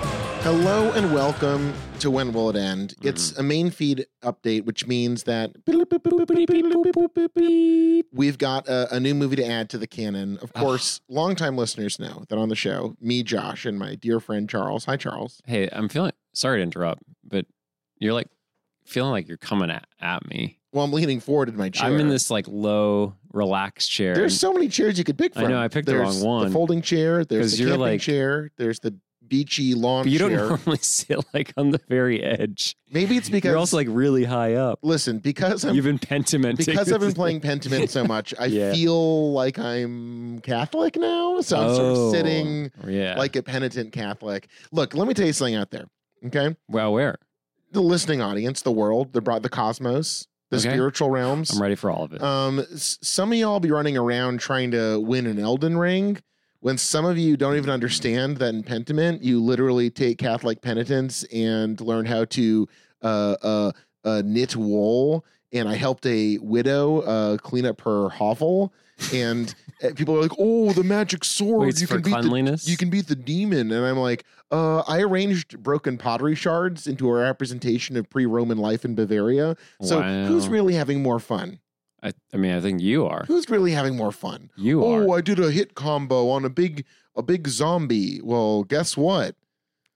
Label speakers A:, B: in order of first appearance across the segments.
A: Hello and welcome to When Will It End?
B: Mm-hmm.
A: It's a main feed update, which means that we've got a, a new movie to add to the canon. Of course, longtime listeners know that on the show, me, Josh, and my dear friend Charles. Hi, Charles.
B: Hey, I'm feeling sorry to interrupt, but you're like feeling like you're coming at, at me.
A: Well, I'm leaning forward in my chair.
B: I'm in this like low, relaxed chair.
A: There's so many chairs you could pick
B: I
A: from.
B: know, I picked the
A: There's
B: wrong one.
A: The folding chair. There's
B: 'Cause
A: the
B: you're
A: camping
B: like-
A: chair. There's the beachy lawn
B: but you
A: chair.
B: don't normally sit like on the very edge.
A: Maybe it's because
B: you're also like really high up.
A: listen because I'm
B: You've been pentimenting
A: because I've been
B: this
A: playing Pentiment so much, I
B: Yeah.
A: feel like I'm Catholic now. So
B: thing.
A: I'm sort of
B: Oh,
A: sitting
B: yeah.
A: like a penitent Catholic. Look, let me tell you something out there. Okay.
B: well, where?
A: The listening audience, the world, the broad the cosmos, the
B: Okay.
A: spiritual realms.
B: I'm ready for all of it.
A: Um, s- some of y'all be running around trying to win an Elden Ring when some of you don't even understand that in Pentiment, you literally take Catholic penitence and learn how to uh, uh, uh, knit wool. And I helped a widow uh, clean up her hovel. And uh, people are like, oh, the magic sword.
B: Wait, it's
A: you
B: for
A: can beat the
B: cleanliness.
A: you can beat the demon. And I'm like, uh, I arranged broken pottery shards into a representation of pre-Roman life in Bavaria. So who's
B: Wow.
A: really having more fun?
B: I, I mean, I think you are.
A: Who's really having more fun?
B: You
A: Oh,
B: are.
A: I did a hit combo on a big a big zombie. Well, guess what?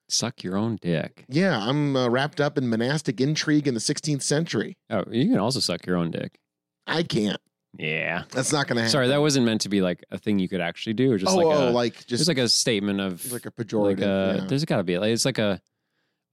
B: Suck your own dick.
A: Yeah, I'm uh, wrapped up in monastic intrigue in the 16th century.
B: Oh, you can also suck your own dick.
A: I can't.
B: Yeah.
A: That's not gonna happen.
B: Sorry, that wasn't meant to be like a thing you could actually do. Or just
A: oh,
B: like
A: oh,
B: a,
A: like
B: It's
A: just
B: like a statement of
A: it's like a
B: like uh,
A: pejorative.
B: a-
A: yeah.
B: there's got to be like, it's like a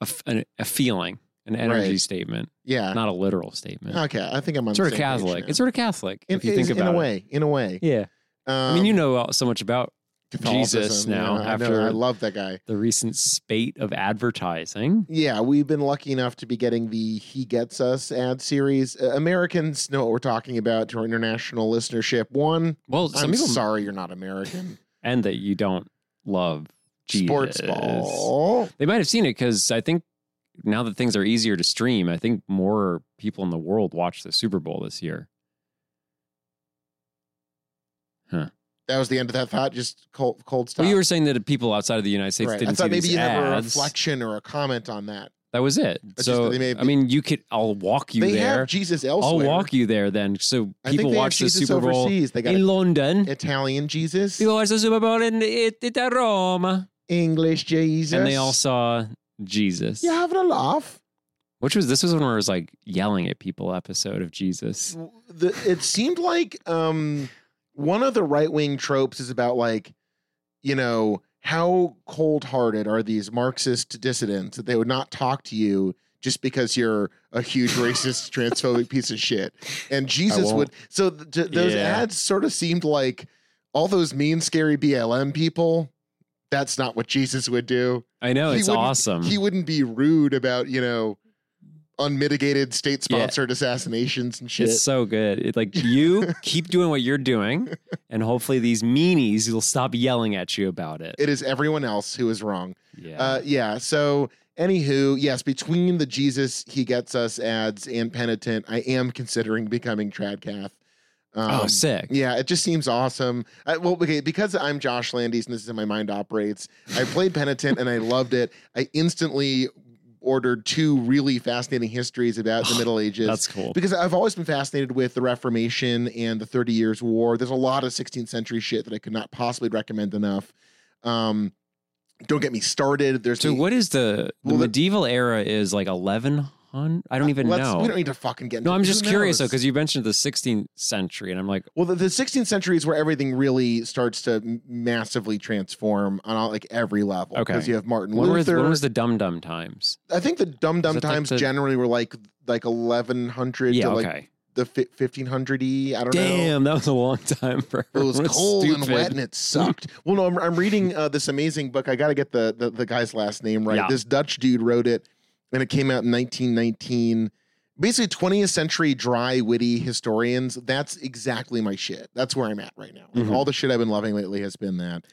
B: a, f- an- a feeling, an energy
A: Right.
B: statement,
A: yeah.
B: not a literal statement.
A: okay, I think I'm on
B: It's sort
A: the same
B: of
A: page
B: Catholic.
A: now.
B: It's sort of Catholic
A: in,
B: if you
A: is-
B: think about
A: in a
B: it.
A: way, in a way.
B: Yeah,
A: Um,
B: I mean, you know all- so much about Jesus
A: Catholicism,
B: now
A: yeah, I know,
B: after-
A: I love that guy.
B: the recent spate of advertising.
A: Yeah, we've been lucky enough to be getting the He Gets Us ad series. Uh, Americans know what we're talking about to our international listenership. One,
B: Well, some
A: I'm
B: people
A: sorry you're not American.
B: and that you don't love Jesus.
A: Sports ball.
B: They might have seen it because I think now that things are easier to stream, I think more people in the world watched the Super Bowl this year.
A: That was the end of that thought. Just cold, cold stuff.
B: Well, you were saying that people outside of the United States
A: right.
B: didn't
A: I thought
B: see
A: maybe
B: these
A: you have a
B: ads.
A: reflection or a comment on that.
B: That was it.
A: just
B: so
A: that they may have
B: I mean, you could. I'll walk you
A: they
B: there.
A: have Jesus
B: I'll
A: elsewhere.
B: walk you there then. So
A: I think
B: people
A: they
B: watch
A: have
B: the
A: Jesus
B: Super Bowl
A: overseas. They got
B: in London.
A: Italian Jesus,
B: People watch the Super Bowl in it, it, at Rome,
A: English Jesus,
B: and they all saw Jesus.
A: You having a laugh?
B: Which was this was when I was like yelling at people episode of Jesus.
A: the, it seemed like um, one of the right wing tropes is about like, you know, how cold hearted are these Marxist dissidents that they would not talk to you just because you're a huge racist, transphobic piece of shit. And Jesus
B: won't.
A: would. So th- th- those
B: Yeah.
A: ads sort of seemed like all those mean, scary BLM people. That's not what Jesus would do.
B: I know
A: He
B: it's
A: wouldn't-
B: awesome.
A: He wouldn't be rude about, you know, unmitigated state sponsored assassinations and shit.
B: it's so good. It, like you keep doing what you're doing, and hopefully these meanies will stop yelling at you about it.
A: It is everyone else who is wrong.
B: yeah.
A: Uh, yeah. So, anywho, yes, between the Jesus He Gets Us ads and Penitent, I am considering becoming Tradcath. Um,
B: oh, sick.
A: yeah, it just seems awesome. I, well, okay, because I'm Josh Landis and this is how my mind operates. I played Penitent and I loved it. I instantly ordered two really fascinating histories about the Middle Ages
B: That's cool.
A: because I've always been fascinated with the Reformation and the Thirty Years' War. There's a lot of 16th century shit that I could not possibly recommend enough. Um, don't get me started. There's
B: So
A: the-
B: what is the, the
A: Well, the-
B: medieval era is like 1100? I don't even
A: let's-
B: know.
A: We don't need to fucking get.
B: no,
A: into-
B: I'm
A: who
B: just curious though
A: knows?
B: because you mentioned the 16th century and I'm like,
A: Well, the, the 16th century is where everything really starts to m- massively transform on all, like every level.
B: Okay.
A: because you have Martin
B: when, were,
A: Luther.
B: when was the dum dum times?
A: I think the Dum Dum
B: Is it like
A: times
B: the-
A: generally were like like 1100
B: Yeah,
A: to like
B: okay.
A: the fi- 1500 e. I don't know.
B: Damn, that was a long time for
A: It was
B: everyone.
A: cold and
B: Stupid.
A: wet, and it sucked. well, no, I'm, I'm reading uh, this amazing book. I got to get the, the the guy's last name right.
B: Yeah.
A: This Dutch dude wrote it, and it came out in 1919. Basically, 20th century dry, witty historians. That's exactly my shit. That's where I'm at right now. Like,
B: Mhm.
A: All the shit I've been loving lately has been that.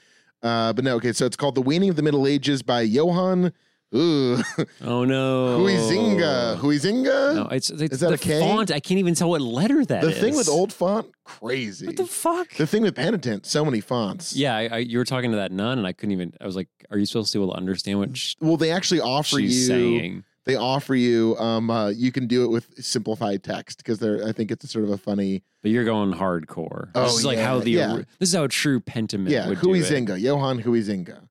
A: Uh, but no, okay. So it's called "The Waning of the Middle Ages" by Johann Ooh,
B: Oh no.
A: Huizinga, Huizinga.
B: No, it's, it's
A: Is that
B: the
A: a K?
B: font. I can't even tell what letter that
A: the
B: is.
A: thing with old font, crazy.
B: What the fuck?
A: The thing with penitent, so many fonts.
B: yeah, I, I, you were talking to that nun, and I couldn't even. I was like, "Are you supposed to be able to understand what sh-
A: Well, they actually offer
B: she's
A: you.
B: saying?"
A: They offer you. Um, uh, you can do it with simplified text because they're. I think it's sort of a funny.
B: But you're going hardcore.
A: Oh,
B: this is like
A: yeah,
B: how the
A: yeah.
B: this is how true Pentiment
A: yeah,
B: would do it.
A: Huizinga, Johann Huizinga.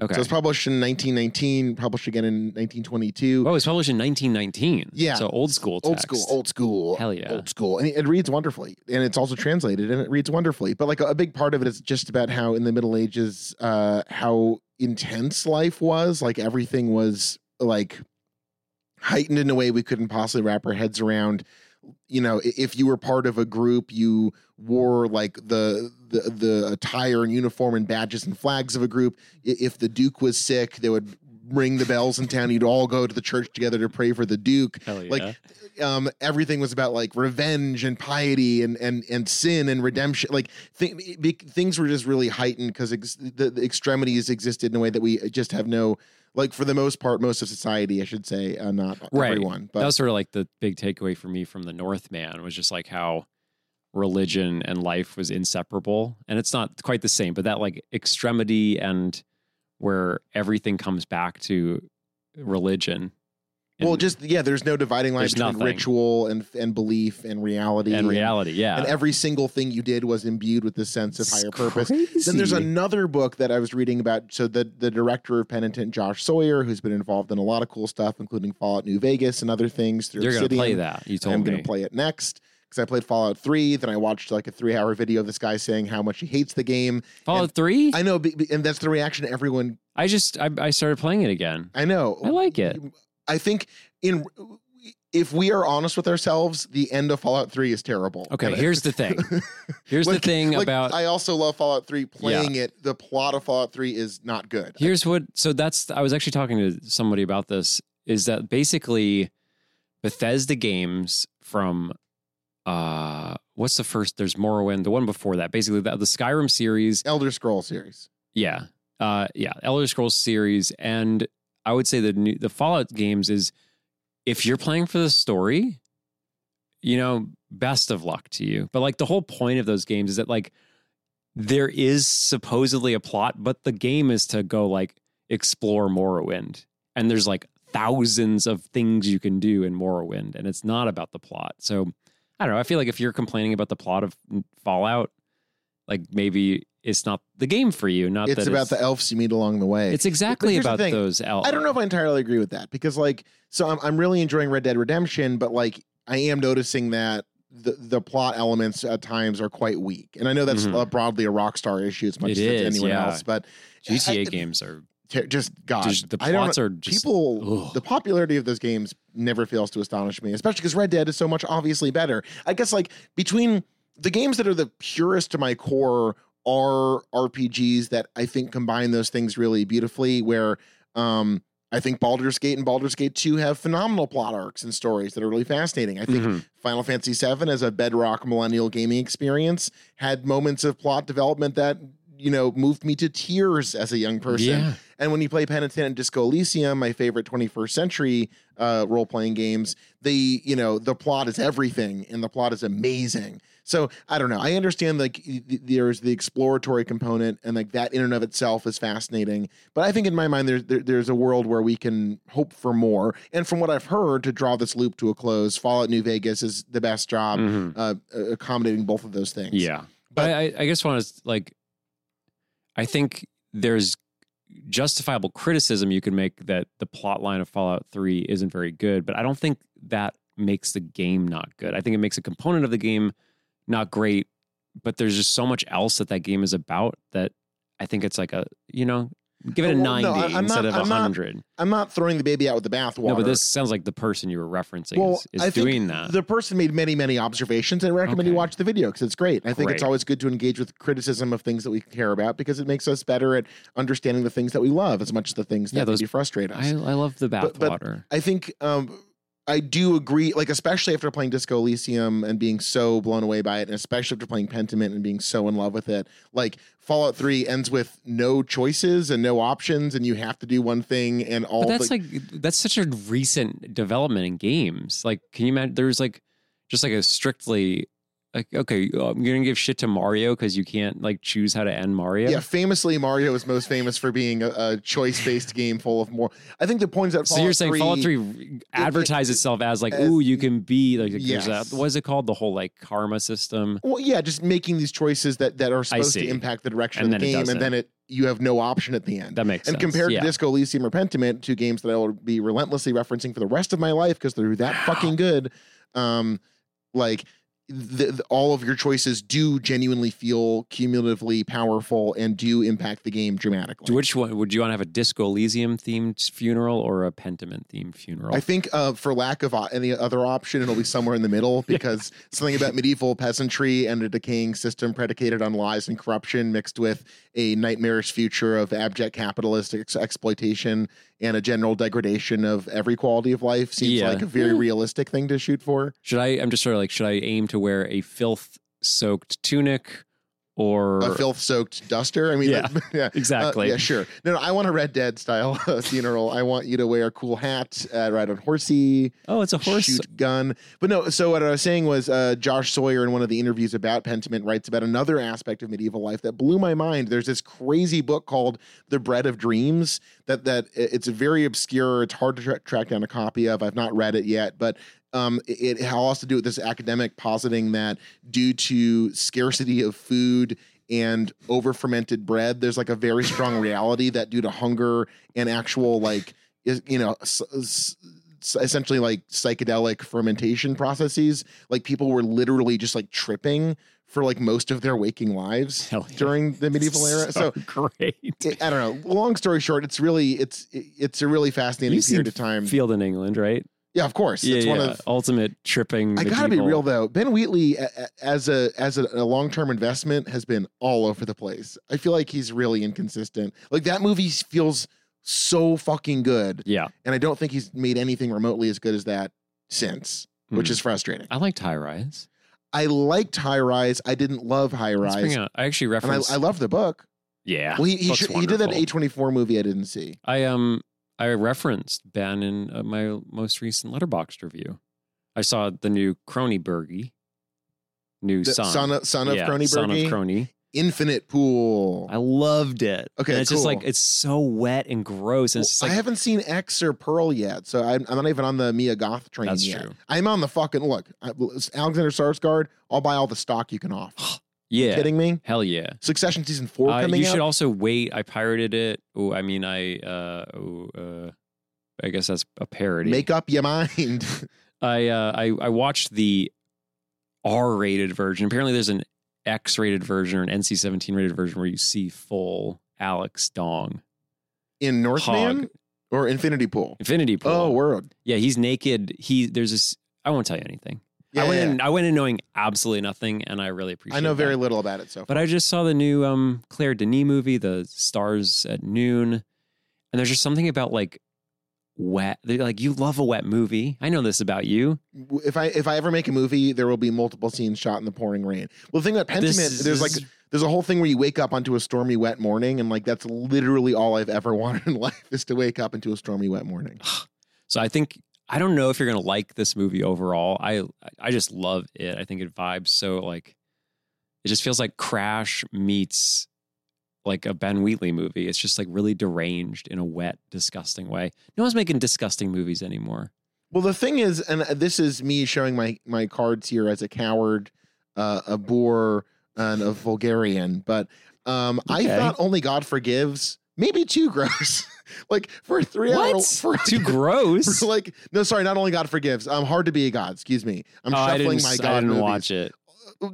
B: Okay.
A: So it's published in 1919, published again in 1922.
B: oh, it was published in 1919.
A: Yeah.
B: So old school.
A: old
B: text.
A: school, old school.
B: Hell yeah.
A: Old school. And it, it reads wonderfully. And it's also translated and it reads wonderfully. But like a, a big part of it is just about how in the Middle Ages, uh, how intense life was. Like everything was like heightened in a way we couldn't possibly wrap our heads around. You know, i- if you were part of a group, you wore like the the, the attire and uniform and badges and flags of a group. I- If the Duke was sick, they would ring the bells in town. You'd all go to the church together to pray for the Duke
B: Hell yeah.
A: Like, um, everything was about like revenge and piety and and and sin and redemption. Like th- be- things were just really heightened because ex- the, the extremities existed in a way that we just have no like for the most part, most of society, I should say, uh, not
B: Right.
A: everyone, but
B: that was sort of like the big takeaway for me from the Northman was just like how religion and life was inseparable. And it's not quite the same, but that like extremity and where everything comes back to religion.
A: well,
B: and-
A: just yeah, there's no dividing line
B: There's
A: between
B: nothing.
A: ritual and and belief and reality
B: and reality, yeah.
A: And every single thing you did was imbued with this sense of
B: It's
A: higher purpose. Then
B: crazy.
A: there's another book that I was reading about. So the the director of Penitent, Josh Sawyer, who's been involved in a lot of cool stuff, including Fallout New Vegas and other things. Through
B: You're gonna
A: Obsidian.
B: play that. You told
A: I'm
B: me.
A: going to play it next because I played Fallout Three. Then I watched like a three hour video of this guy saying how much he hates the game.
B: Fallout Three. I,
A: I know, be- be- and that's the reaction everyone.
B: just I, I started playing it again.
A: I know.
B: I like it.
A: I think in if we are honest with ourselves, the end of Fallout Three is terrible.
B: Okay,
A: And I-
B: here's the thing. Here's
A: Like-
B: the thing
A: like,
B: about
A: I also love Fallout 3 playing it. The plot of Fallout 3 is not good.
B: Here's what so that's I was actually talking to somebody about this is that basically Bethesda games from uh what's the first there's Morrowind the one before that basically the, the Skyrim series
A: Elder Scroll series.
B: yeah uh yeah Elder Scrolls series and I would say the new, the Fallout games is if you're playing for the story you know best of luck to you but like the whole point of those games is that like there is supposedly a plot, but the game is to go like explore Morrowind. And there's like thousands of things you can do in Morrowind, and it's not about the plot. So I don't know. I feel like if you're complaining about the plot of Fallout, like maybe it's not the game for you. Not
A: It's
B: that
A: about
B: it's,
A: the elves you meet along the way.
B: It's exactly
A: here's the
B: about
A: thing.
B: those. Al-
A: I don't know if I entirely agree with that because, like, so I'm, I'm really enjoying Red Dead Redemption, but like, I am noticing that the, the plot elements at times are quite weak. And I know that's
B: Mhm.
A: uh, broadly a Rockstar issue as much
B: It
A: as it's
B: is,
A: anyone
B: yeah.
A: else, but
B: GTA
A: I-
B: games are
A: t- just, gosh,
B: just, the
A: I don't
B: plots are just
A: people
B: ugh.
A: the popularity of those games never fails to astonish me especially because red dead is so much obviously better i guess like between the games that are the purest to my core are rpgs that i think combine those things really beautifully where um i think baldur's gate and baldur's gate 2 have phenomenal plot arcs and stories that are really fascinating i think
B: Mhm.
A: Final Fantasy VII as a bedrock millennial gaming experience had moments of plot development that you know moved me to tears as a young person.
B: Yeah.
A: And when you play Penitent and Disco Elysium, my favorite 21st century uh, role playing games, the you know the plot is everything, and the plot is amazing. So I don't know. I understand like y- y- there's the exploratory component, and like that in and of itself is fascinating. But I think in my mind, there's there, there's a world where we can hope for more. And from what I've heard, to draw this loop to a close, Fallout New Vegas is the best job
B: Mhm.
A: uh, accommodating both of those things.
B: Yeah. But I, I just want to like I think there's justifiable criticism you can make that the plot line of Fallout 3 isn't very good, but I don't think that makes the game not good. I think it makes a component of the game not great, but there's just so much else that that game is about that I think it's like a, you know, give it a
A: Well, no,
B: 90
A: I- I'm
B: instead
A: not-
B: of
A: I'm
B: a
A: not
B: 100.
A: I'm not throwing the baby out with the bathwater.
B: No, but this sounds like the person you were referencing
A: Well,
B: is,
A: I
B: is
A: think
B: doing that.
A: The person made many, many observations, and I recommend you
B: Okay.
A: watch the video because it's great. I think it's
B: Great.
A: always good to engage with criticism of things that we care about because it makes us better at understanding the things that we love as much as the things that
B: Yeah, those-
A: maybe frustrate us.
B: I, I love the
A: But- but-
B: bathwater.
A: I think um, I do agree, like especially after playing Disco Elysium and being so blown away by it, and especially after playing Pentiment and being so in love with it. Like Fallout Three ends with no choices and no options, and you have to do one thing, and all
B: But that's
A: the,
B: like that's such a recent development in games. Like, can you imagine? There's like just like a strictly like okay, uh, I'm gonna give shit to Mario because you can't like choose how to end Mario.
A: yeah. Famously, Mario is most famous for being a, a choice-based game full of more. I think the point is that
B: So
A: Fallout
B: you're saying
A: 3,
B: Fallout Three advertised itself as like,
A: as-
B: ooh, you can be like, there's
A: Yes.
B: that. What is it called? The whole like karma system.
A: Well, yeah, just making these choices that that are supposed to
B: see.
A: impact the direction
B: And
A: of the
B: then it
A: game, and
B: doesn't.
A: then it you have no option at the end.
B: That makes
A: and
B: sense.
A: compared
B: yeah.
A: to Disco Elysium or Pentiment, two games that I will be relentlessly referencing for the rest of my life because they're that
B: Wow.
A: fucking good. Um, like the, the- all of your choices do genuinely feel cumulatively powerful and do impact the game dramatically.
B: Which one would you want to have a Disco Elysium themed funeral or a Pentiment themed funeral?
A: I think, uh, for lack of o- any other option, it'll be somewhere in the middle because something about medieval peasantry and a decaying system predicated on lies and corruption, mixed with a nightmarish future of abject capitalist ex- exploitation and a general degradation of every quality of life, seems
B: Yeah.
A: like a very
B: Hmm.
A: realistic thing to shoot for.
B: should I? I'm just sort of like, should I aim to wear a filth soaked tunic or
A: A filth-soaked duster. I mean,
B: Yeah.
A: that- yeah. Uh,
B: exactly?
A: yeah, sure. No, no, I want a Red Dead style funeral. I want you to wear a cool hat, uh, ride on horsey.
B: Oh, it's a horse.
A: shoot gun. But no, so what I was saying was uh, Josh Sawyer in one of the interviews about Pentiment writes about another aspect of medieval life that blew my mind. There's this crazy book called The Bread of Dreams that that it's very obscure. It's hard to tra- track down a copy of. I've not read it yet, but um, it, it has to do with this academic positing that due to scarcity of food and over fermented bread, there's like a very strong reality that due to hunger and actual like is you know s- s- s- essentially like psychedelic fermentation processes, like people were literally just like tripping for like most of their waking lives
B: Hell yeah.
A: during the medieval era. So.
B: great.
A: it- I don't know. Long story short, it's really it's it- it's a really fascinating
B: You've seen
A: period of time.
B: Field in England, right?
A: yeah, of course,
B: yeah,
A: it's
B: yeah.
A: one of
B: ultimate tripping.
A: I gotta be
B: medieval-
A: real though. Ben Wheatley, a- a- as a as a, a long term investment, has been all over the place. I feel like he's really inconsistent. Like that movie feels so fucking good,
B: Yeah,
A: and I don't think he's made anything remotely as good as that since, which
B: Hmm.
A: is frustrating.
B: I liked High Rise.
A: I liked High Rise. I didn't love High
B: Let's bring
A: Rise,
B: it- I actually
A: and I,
B: referenced.
A: I love the book.
B: yeah,
A: Well, he he,
B: book's
A: should, he did that
B: wonderful.
A: A twenty four movie I didn't see.
B: I um I referenced Ben in uh, my most recent Letterboxd review. I saw the new Cronenberg, new
A: The
B: son,
A: son of, son of
B: Yeah, son of
A: Cronenberg,
B: Crony.
A: Infinite Pool.
B: I loved it.
A: Okay,
B: and it's just
A: cool.
B: like it's so wet and gross, and it's just
A: Well,
B: like
A: I haven't seen X or Pearl yet, so I'm, I'm not even on the Mia Goth train
B: That's
A: yet.
B: true.
A: I'm on the fucking look. I, Alexander Sarsgaard. I'll buy all the stock you can off.
B: yeah,
A: Kidding me?
B: hell yeah.
A: Succession season four
B: Uh,
A: coming
B: you
A: out.
B: should also wait. I pirated it. Oh, I mean, I uh, oh, uh, I guess that's a parody.
A: Make up your mind.
B: I uh, I I watched the R-rated version. Apparently, there's an X-rated version or an NC-17 rated version where you see full Alex Dong
A: In Northman
B: Hog.
A: or Infinity Pool?
B: Infinity Pool.
A: Oh, word.
B: yeah, he's naked. He there's this. I won't tell you anything.
A: Yeah,
B: I went
A: yeah.
B: in. I went in knowing absolutely nothing, and I really appreciate.
A: I know
B: that.
A: very little about it so far.
B: But I just saw the new um, Claire Denis movie, The Stars at Noon, and there's just something about like wet. They're like you love a wet movie. I know this about you.
A: If I if I ever make a movie, there will be multiple scenes shot in the pouring rain. Well, the thing about
B: This
A: Pentiment,
B: is-
A: there's like there's a whole thing where you wake up onto a stormy wet morning, and like that's literally all I've ever wanted in life is to wake up into a stormy wet morning.
B: So I think I don't know if you're gonna like this movie overall. I I just love it. I think it vibes so like it just feels like Crash meets like a Ben Wheatley movie. It's just like really deranged in a wet, disgusting way. No one's making disgusting movies anymore.
A: Well, the thing is, and uh, this is me showing my my cards here as a coward, uh, a boor, and a vulgarian. But um, I
B: Okay.
A: thought only God forgives. Maybe too gross. like for a three hour
B: What?
A: for
B: Too
A: for
B: gross.
A: like no, sorry, not only God forgives. I'm hard to be a god. Excuse me. I'm
B: Oh, I
A: shuffling
B: didn't,
A: my
B: I
A: god
B: didn't
A: movies. Oh,
B: watch it.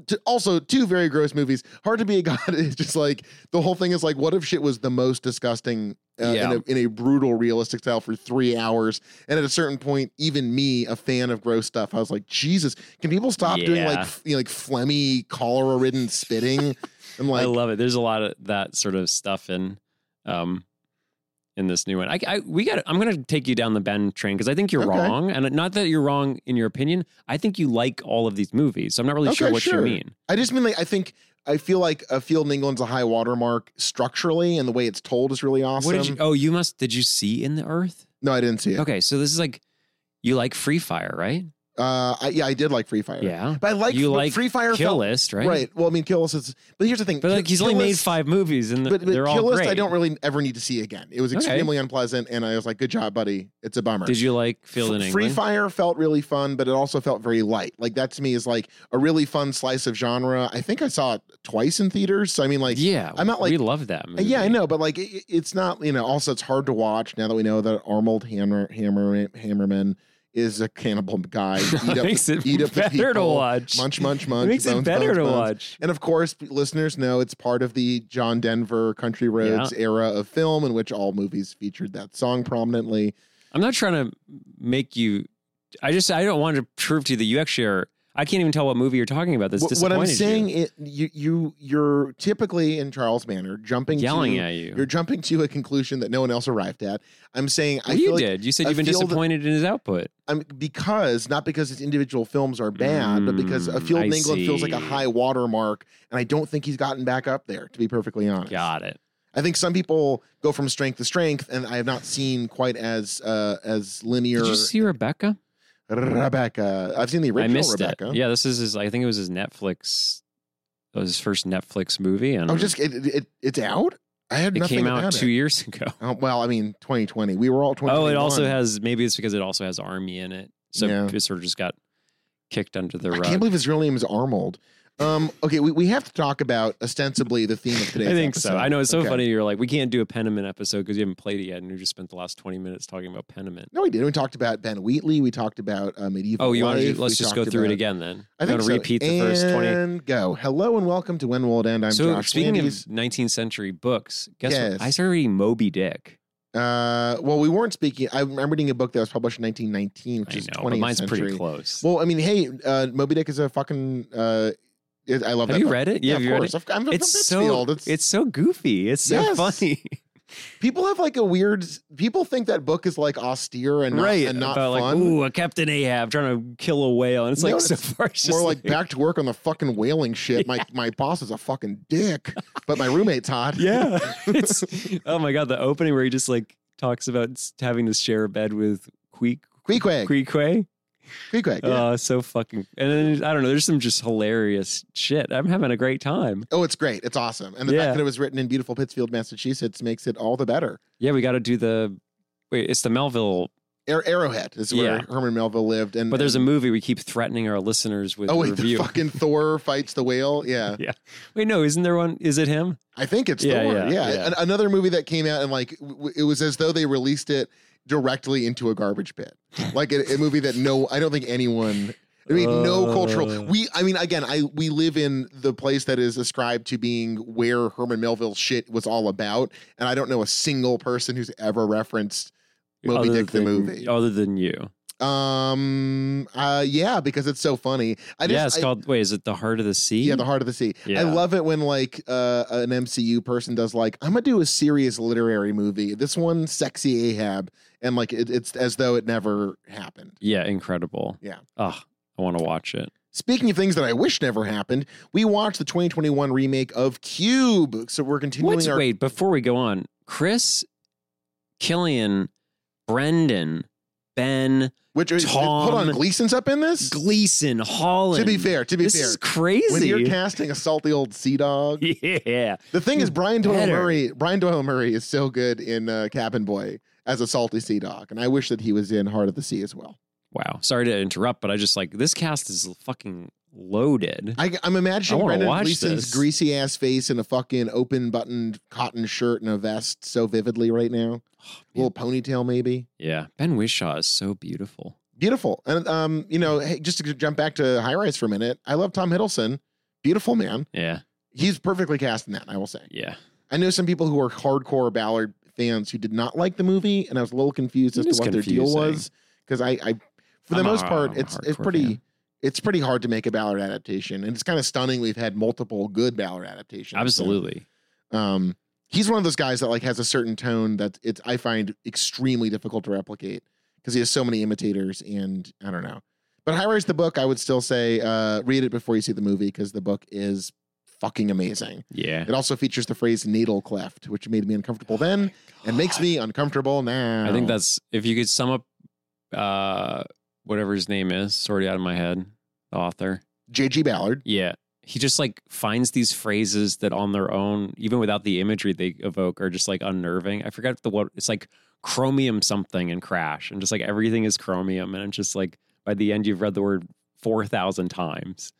A: T- Also, two very gross movies. Hard to be a god is just like the whole thing is like, what if shit was the most disgusting uh,
B: Yeah.
A: in, a, in a brutal, realistic style for three hours? And at a certain point, even me, a fan of gross stuff, I was like, Jesus, can people stop doing like
B: Yeah.
A: f- you know, like phlegmy, cholera ridden spitting? And
B: I
A: like,
B: love it. There's a lot of that sort of stuff in um in this new one. I, I we got. I'm gonna take you down the Ben train because I think you're
A: Okay.
B: wrong, and not that you're wrong in your opinion. I think you like all of these movies, so I'm not really sure
A: Okay,
B: what
A: sure.
B: you mean.
A: I just mean like I think I feel like a Field in England's a high watermark structurally, and the way it's told is really awesome.
B: What did you? Oh, you must. Did you see in the Earth?
A: no, I didn't see it.
B: Okay, so this is like you like Free Fire, right?
A: Uh, I, yeah, I did like Free Fire.
B: Yeah,
A: but I like
B: You
A: but
B: like
A: Free Fire.
B: Kill
A: felt-
B: List, right?
A: right? Well, I mean, Kill List is. But here's the thing.
B: But like he's
A: Kill
B: only made
A: List-
B: five movies, and
A: But, but
B: they're all
A: Kill List,
B: great.
A: I don't really ever need to see again. It was
B: Okay.
A: extremely unpleasant, and I was like, "Good job, buddy. It's a bummer."
B: Did you like Field in
A: F-
B: England?
A: Free Fire felt really fun, but it also felt very light. Like that to me is like a really fun slice of genre. I think I saw it twice in theaters. So I mean, like,
B: yeah,
A: I'm not,
B: we
A: like-
B: love that movie.
A: yeah, I know, but like, it, it's not you know. Also, it's hard to watch now that we know that Arnold Hammer Hammer Hammerman is a cannibal guy. Eat up,
B: makes it
A: eat up the
B: better to
A: people,
B: watch.
A: munch, munch, munch.
B: it makes it
A: bones,
B: better
A: bones,
B: to
A: bones.
B: watch.
A: And of course, listeners know it's part of the John Denver Country Roads era of film, in which all movies featured that song prominently.
B: I'm not trying to make you. I just I don't want to prove to you that you actually are. I can't even tell what movie you're talking about. That's
A: Wh- what
B: disappointing.
A: I'm saying, it, you you you're typically in Charles Manor jumping
B: yelling
A: to,
B: at you.
A: You're jumping to a conclusion that no one else arrived at. I'm saying I
B: Well, you
A: feel like
B: did. you said
A: I
B: you've been
A: feel that-
B: disappointed in his output.
A: I'm because not because its individual films are bad, but because a
B: Mm,
A: Field in
B: I
A: England feels like a
B: see.
A: high watermark, and I don't think he's gotten back up there. To be perfectly honest,
B: Got it.
A: I think some people go from strength to strength, and I have not seen quite as uh, as linear.
B: Did you see Rebecca?
A: Rebecca, I've seen the
B: I
A: original
B: missed
A: Rebecca.
B: it. Yeah, this is his. I think it was his Netflix. It was his first Netflix movie, and
A: I was Oh, just it, it it's out. I had
B: it
A: nothing
B: came
A: about
B: out two
A: it.
B: years ago.
A: Oh, well, I mean, 2020. We were all 20.
B: Oh, it also has. Maybe it's because it also has Army in it, so
A: Yeah.
B: it sort of just got kicked under the
A: I
B: rug.
A: can't believe his real name is Arnold. Um, okay, we, we have to talk about ostensibly the theme of today's.
B: I think so.
A: episode.
B: I know it's so
A: Okay.
B: funny. You're like, we can't do a Penniman episode because you haven't played it yet, and we just spent the last 20 minutes talking about Penniman.
A: No, we did. We talked about Ben Wheatley. We talked about uh, medieval.
B: Oh, you want
A: life.
B: to? Let's
A: We
B: just go
A: talked
B: through it
A: about-
B: again then.
A: I
B: you
A: think
B: want to
A: so.
B: repeat the first 20.
A: And go. Hello and welcome to When Will It End? I'm
B: so
A: Josh.
B: speaking
A: Landes.
B: of 19th century books, guess
A: Yes.
B: what? I started reading Moby Dick.
A: uh, well, we weren't speaking. I'm, I'm reading a book that was published in 1919, which
B: I
A: is
B: know,
A: 20th
B: but mine's
A: century.
B: pretty close.
A: Well, I mean, hey, uh, Moby Dick is a fucking. Uh, it, I love
B: have
A: that.
B: you
A: book.
B: read it?
A: Yeah,
B: have
A: of
B: you read
A: course.
B: it?
A: I've- I'm from
B: It's so
A: Pittsfield.
B: it's, so goofy. It's so
A: Yes.
B: funny,
A: people have like a weird. People think that book is like austere and not,
B: right?
A: and not
B: About like,
A: fun.
B: ooh, a Captain Ahab trying to kill a whale, and it's like
A: No,
B: so
A: it's
B: far it's
A: More
B: just
A: like, back to work on the fucking whaling shit. My my boss is a fucking dick, but my roommate's hot.
B: Yeah. it's oh my god, the opening where he just like talks about s- having to share a bed with Queek
A: Queequeg,
B: Queequeg.
A: Queequeg.
B: Oh,
A: yeah.
B: so fucking and then I don't know, there's some just hilarious shit. I'm having a great time.
A: Oh, it's great. It's awesome. And the
B: Yeah.
A: fact that it was written in beautiful Pittsfield, Massachusetts makes it all the better.
B: Yeah, we gotta do the wait, it's the Melville
A: Ar- Arrowhead is where
B: Yeah.
A: Herman Melville lived. And
B: but there's a
A: and-
B: movie we keep threatening our listeners with
A: Mm. Oh wait,
B: review.
A: the fucking Thor fights the whale. Yeah,
B: Wait, no, isn't there one? Is it him?
A: I think it's
B: Yeah,
A: Thor.
B: yeah,
A: Yeah,
B: yeah.
A: An- another movie that came out and like w- w- it was as though they released it directly into a garbage pit, like a, a movie that no, I don't think anyone. I mean, no cultural.
B: Uh.
A: We, I mean, again, I we live in the place that is ascribed to being where Herman Melville's shit was all about, and I don't know a single person who's ever referenced Moby
B: Other
A: Dick the
B: than-
A: movie.
B: Other than you.
A: Um, uh, yeah, because it's so funny. I just,
B: yeah, it's
A: I-
B: called wait, is it the heart of the sea?
A: Yeah, the heart of the sea. I
B: Yeah.
A: love it when like uh, an MCU person does like I'm gonna do a serious literary movie. This one, sexy Ahab, and like it, it's as though it never happened.
B: yeah, incredible.
A: Yeah.
B: Oh, I want to watch it.
A: Speaking of things that I wish never happened, we watched the 2021 remake of Cube. So we're continuing
B: What's,
A: our
B: wait, before we go on, Chris, Killian, Brendan, Ben,
A: which is hold on,
B: Tom
A: Gleason's up in this.
B: Gleason, Holland.
A: To be fair, to be
B: this
A: fair,
B: is
A: when you're
B: crazy.
A: casting a salty old sea dog,
B: Yeah,
A: the thing is Brian Doyle
B: Better.
A: Murray. Brian Doyle Murray is so good in uh, Cabin Boy as a salty sea dog, and I wish that he was in Heart of the Sea as well.
B: wow. Sorry to interrupt, but I just like this cast is fucking loaded.
A: I, I'm imagining
B: I wanna
A: Brendan
B: watch
A: Gleeson's
B: this.
A: greasy ass face in a fucking open buttoned cotton shirt and a vest so vividly right now. little ponytail, maybe.
B: yeah, Ben Wishaw is so beautiful.
A: Beautiful. And, um, you know, hey, just to jump back to High Rise for a minute, I love Tom Hiddleston. Beautiful man.
B: Yeah,
A: He's perfectly cast in that, I will say.
B: yeah.
A: I know some people who are hardcore Ballard fans who did not like the movie, and I was a little confused as
B: It
A: to
B: is
A: what their deal
B: confusing.
A: was. Because I, I, for the
B: I'm a-
A: most part,
B: I'm a
A: it's it's
B: hardcore
A: pretty
B: fan.
A: it's pretty hard to make a Ballard adaptation, and it's kind of stunning. We've had multiple good Ballard adaptations. so-
B: Absolutely.
A: Um, he's one of those guys that like has a certain tone that it's I find extremely difficult to replicate because he has so many imitators and I don't know. But High Rise the book, I would still say uh, read it before you see the movie because the book is fucking amazing.
B: Yeah.
A: It also features the phrase "needle cleft," which made me uncomfortable then and makes me uncomfortable now.
B: I think that's if you could sum up uh whatever his name is, sorted out of my head, the author.
A: J.G. Ballard.
B: Yeah. He just like finds these phrases that on their own, even without the imagery they evoke, are just like unnerving. I forgot the what it's like chromium something and crash, and just like everything is chromium, and it's just like by the end you've read the word four thousand times,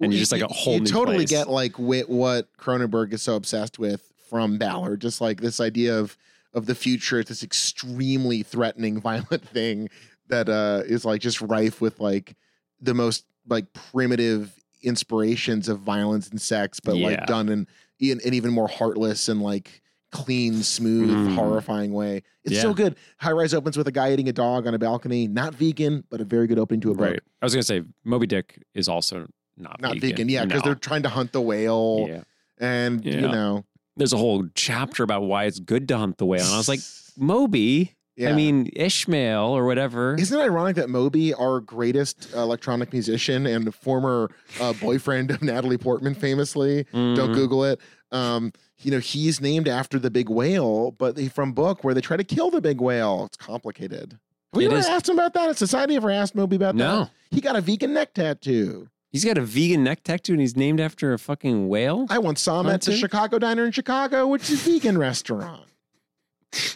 B: and you're just like a whole.
A: You
B: new
A: totally
B: place.
A: get like wit, what Cronenberg is so obsessed with from Ballard, just like this idea of of the future. It's this extremely threatening, violent thing that uh, is like just rife with like the most like primitive inspirations of violence and sex, but
B: Yeah.
A: like done in in an even more heartless and like clean, smooth,
B: Mm.
A: horrifying way. It's
B: Yeah.
A: so good. High Rise opens with a guy eating a dog on a balcony. Not vegan, but a very good opening to a book
B: right. I was gonna say Moby Dick is also not
A: not vegan, yeah because
B: no.
A: they're trying to hunt the whale
B: yeah.
A: and you
B: Yeah.
A: know
B: There's a whole chapter about why it's good to hunt the whale, and I was like, Moby.
A: yeah.
B: I mean Ishmael or whatever.
A: isn't it ironic that moby our greatest electronic musician and former uh, boyfriend of natalie portman famously don't
B: Mhm.
A: google it um, you know he's named after the big whale but he from book where they try to kill the big whale it's complicated have we
B: It
A: ever
B: is.
A: asked him about that has society ever asked moby about that
B: No.
A: he got a vegan neck tattoo
B: He's got a vegan neck tattoo and he's named after a fucking whale.
A: i once saw him at the
B: Hunting?
A: chicago diner in chicago which is a vegan restaurant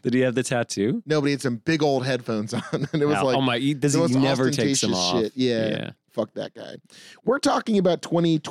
B: Did he have the tattoo?
A: nobody had some big old headphones on and it was
B: Ow.
A: like
B: oh my, he, does
A: the
B: he
A: most
B: never takes them
A: ostentatious
B: off?
A: shit. Yeah. Fuck that guy. We're talking about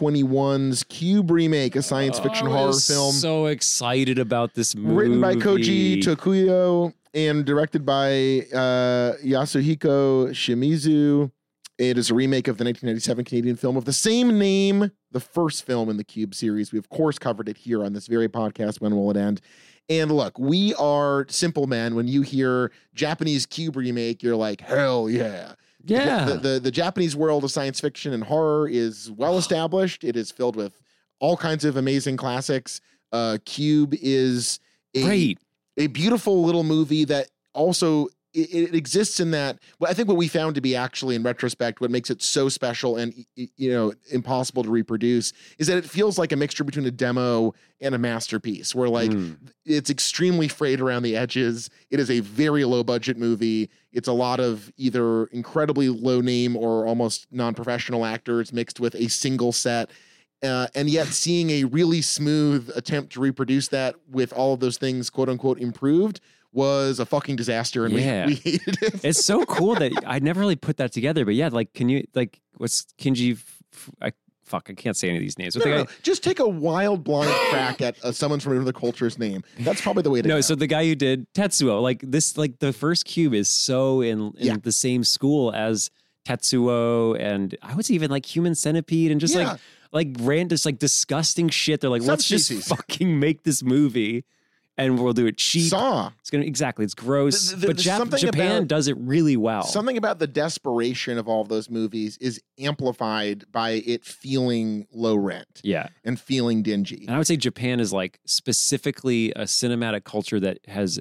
A: 2021's Cube remake, a science fiction
B: Oh, I
A: horror
B: was
A: film
B: So excited about this movie.
A: written by Koji Tokuyo and directed by uh, Yasuhiko Shimizu. It is a remake of the 1997 Canadian film of the same name, the first film in the Cube series. We, of course, covered it here on this very podcast. When will it end? And look, we are simple men. When you hear Japanese Cube remake, you're like, hell yeah.
B: Yeah.
A: The, the, the Japanese world of science fiction and horror is well established. It is filled with all kinds of amazing classics. Uh, Cube is a,
B: Great.
A: a beautiful little movie that also it, it exists in that. Well, I think what we found to be actually in retrospect, what makes it so special and y- y- you know impossible to reproduce is that it feels like a mixture between a demo and a masterpiece. Where like
B: Mm.
A: it's extremely frayed around the edges. It is a very low budget movie. It's a lot of either incredibly low name or almost non professional actors mixed with a single set. Uh, and yet, seeing a really smooth attempt to reproduce that with all of those things, quote unquote, improved was a fucking disaster. And
B: Yeah.
A: we, we hated it.
B: it's so cool that I never really put that together. But yeah, like, can you, like, what's Kinji? F- F- I, fuck, I can't say any of these names.
A: No,
B: But the
A: no,
B: guy-
A: no. Just take a wild, blind crack at uh, someone from another culture's name. That's probably the way to
B: no
A: go.
B: so the guy who did tetsuo like this like the first cube is so in, in
A: Yeah.
B: the same school as tetsuo and i was even like human centipede and just
A: Yeah.
B: like like ran just like disgusting shit they're like let's just
A: Subspecies.
B: fucking make this movie and we'll do it cheap
A: Saw.
B: it's gonna exactly it's gross
A: Th- th-
B: but
A: there's
B: Jap-
A: something
B: japan
A: about-
B: does it really well
A: Something about the desperation of all of those movies is amplified by it feeling low rent
B: yeah
A: and feeling dingy.
B: and i would say japan is like specifically a cinematic culture that has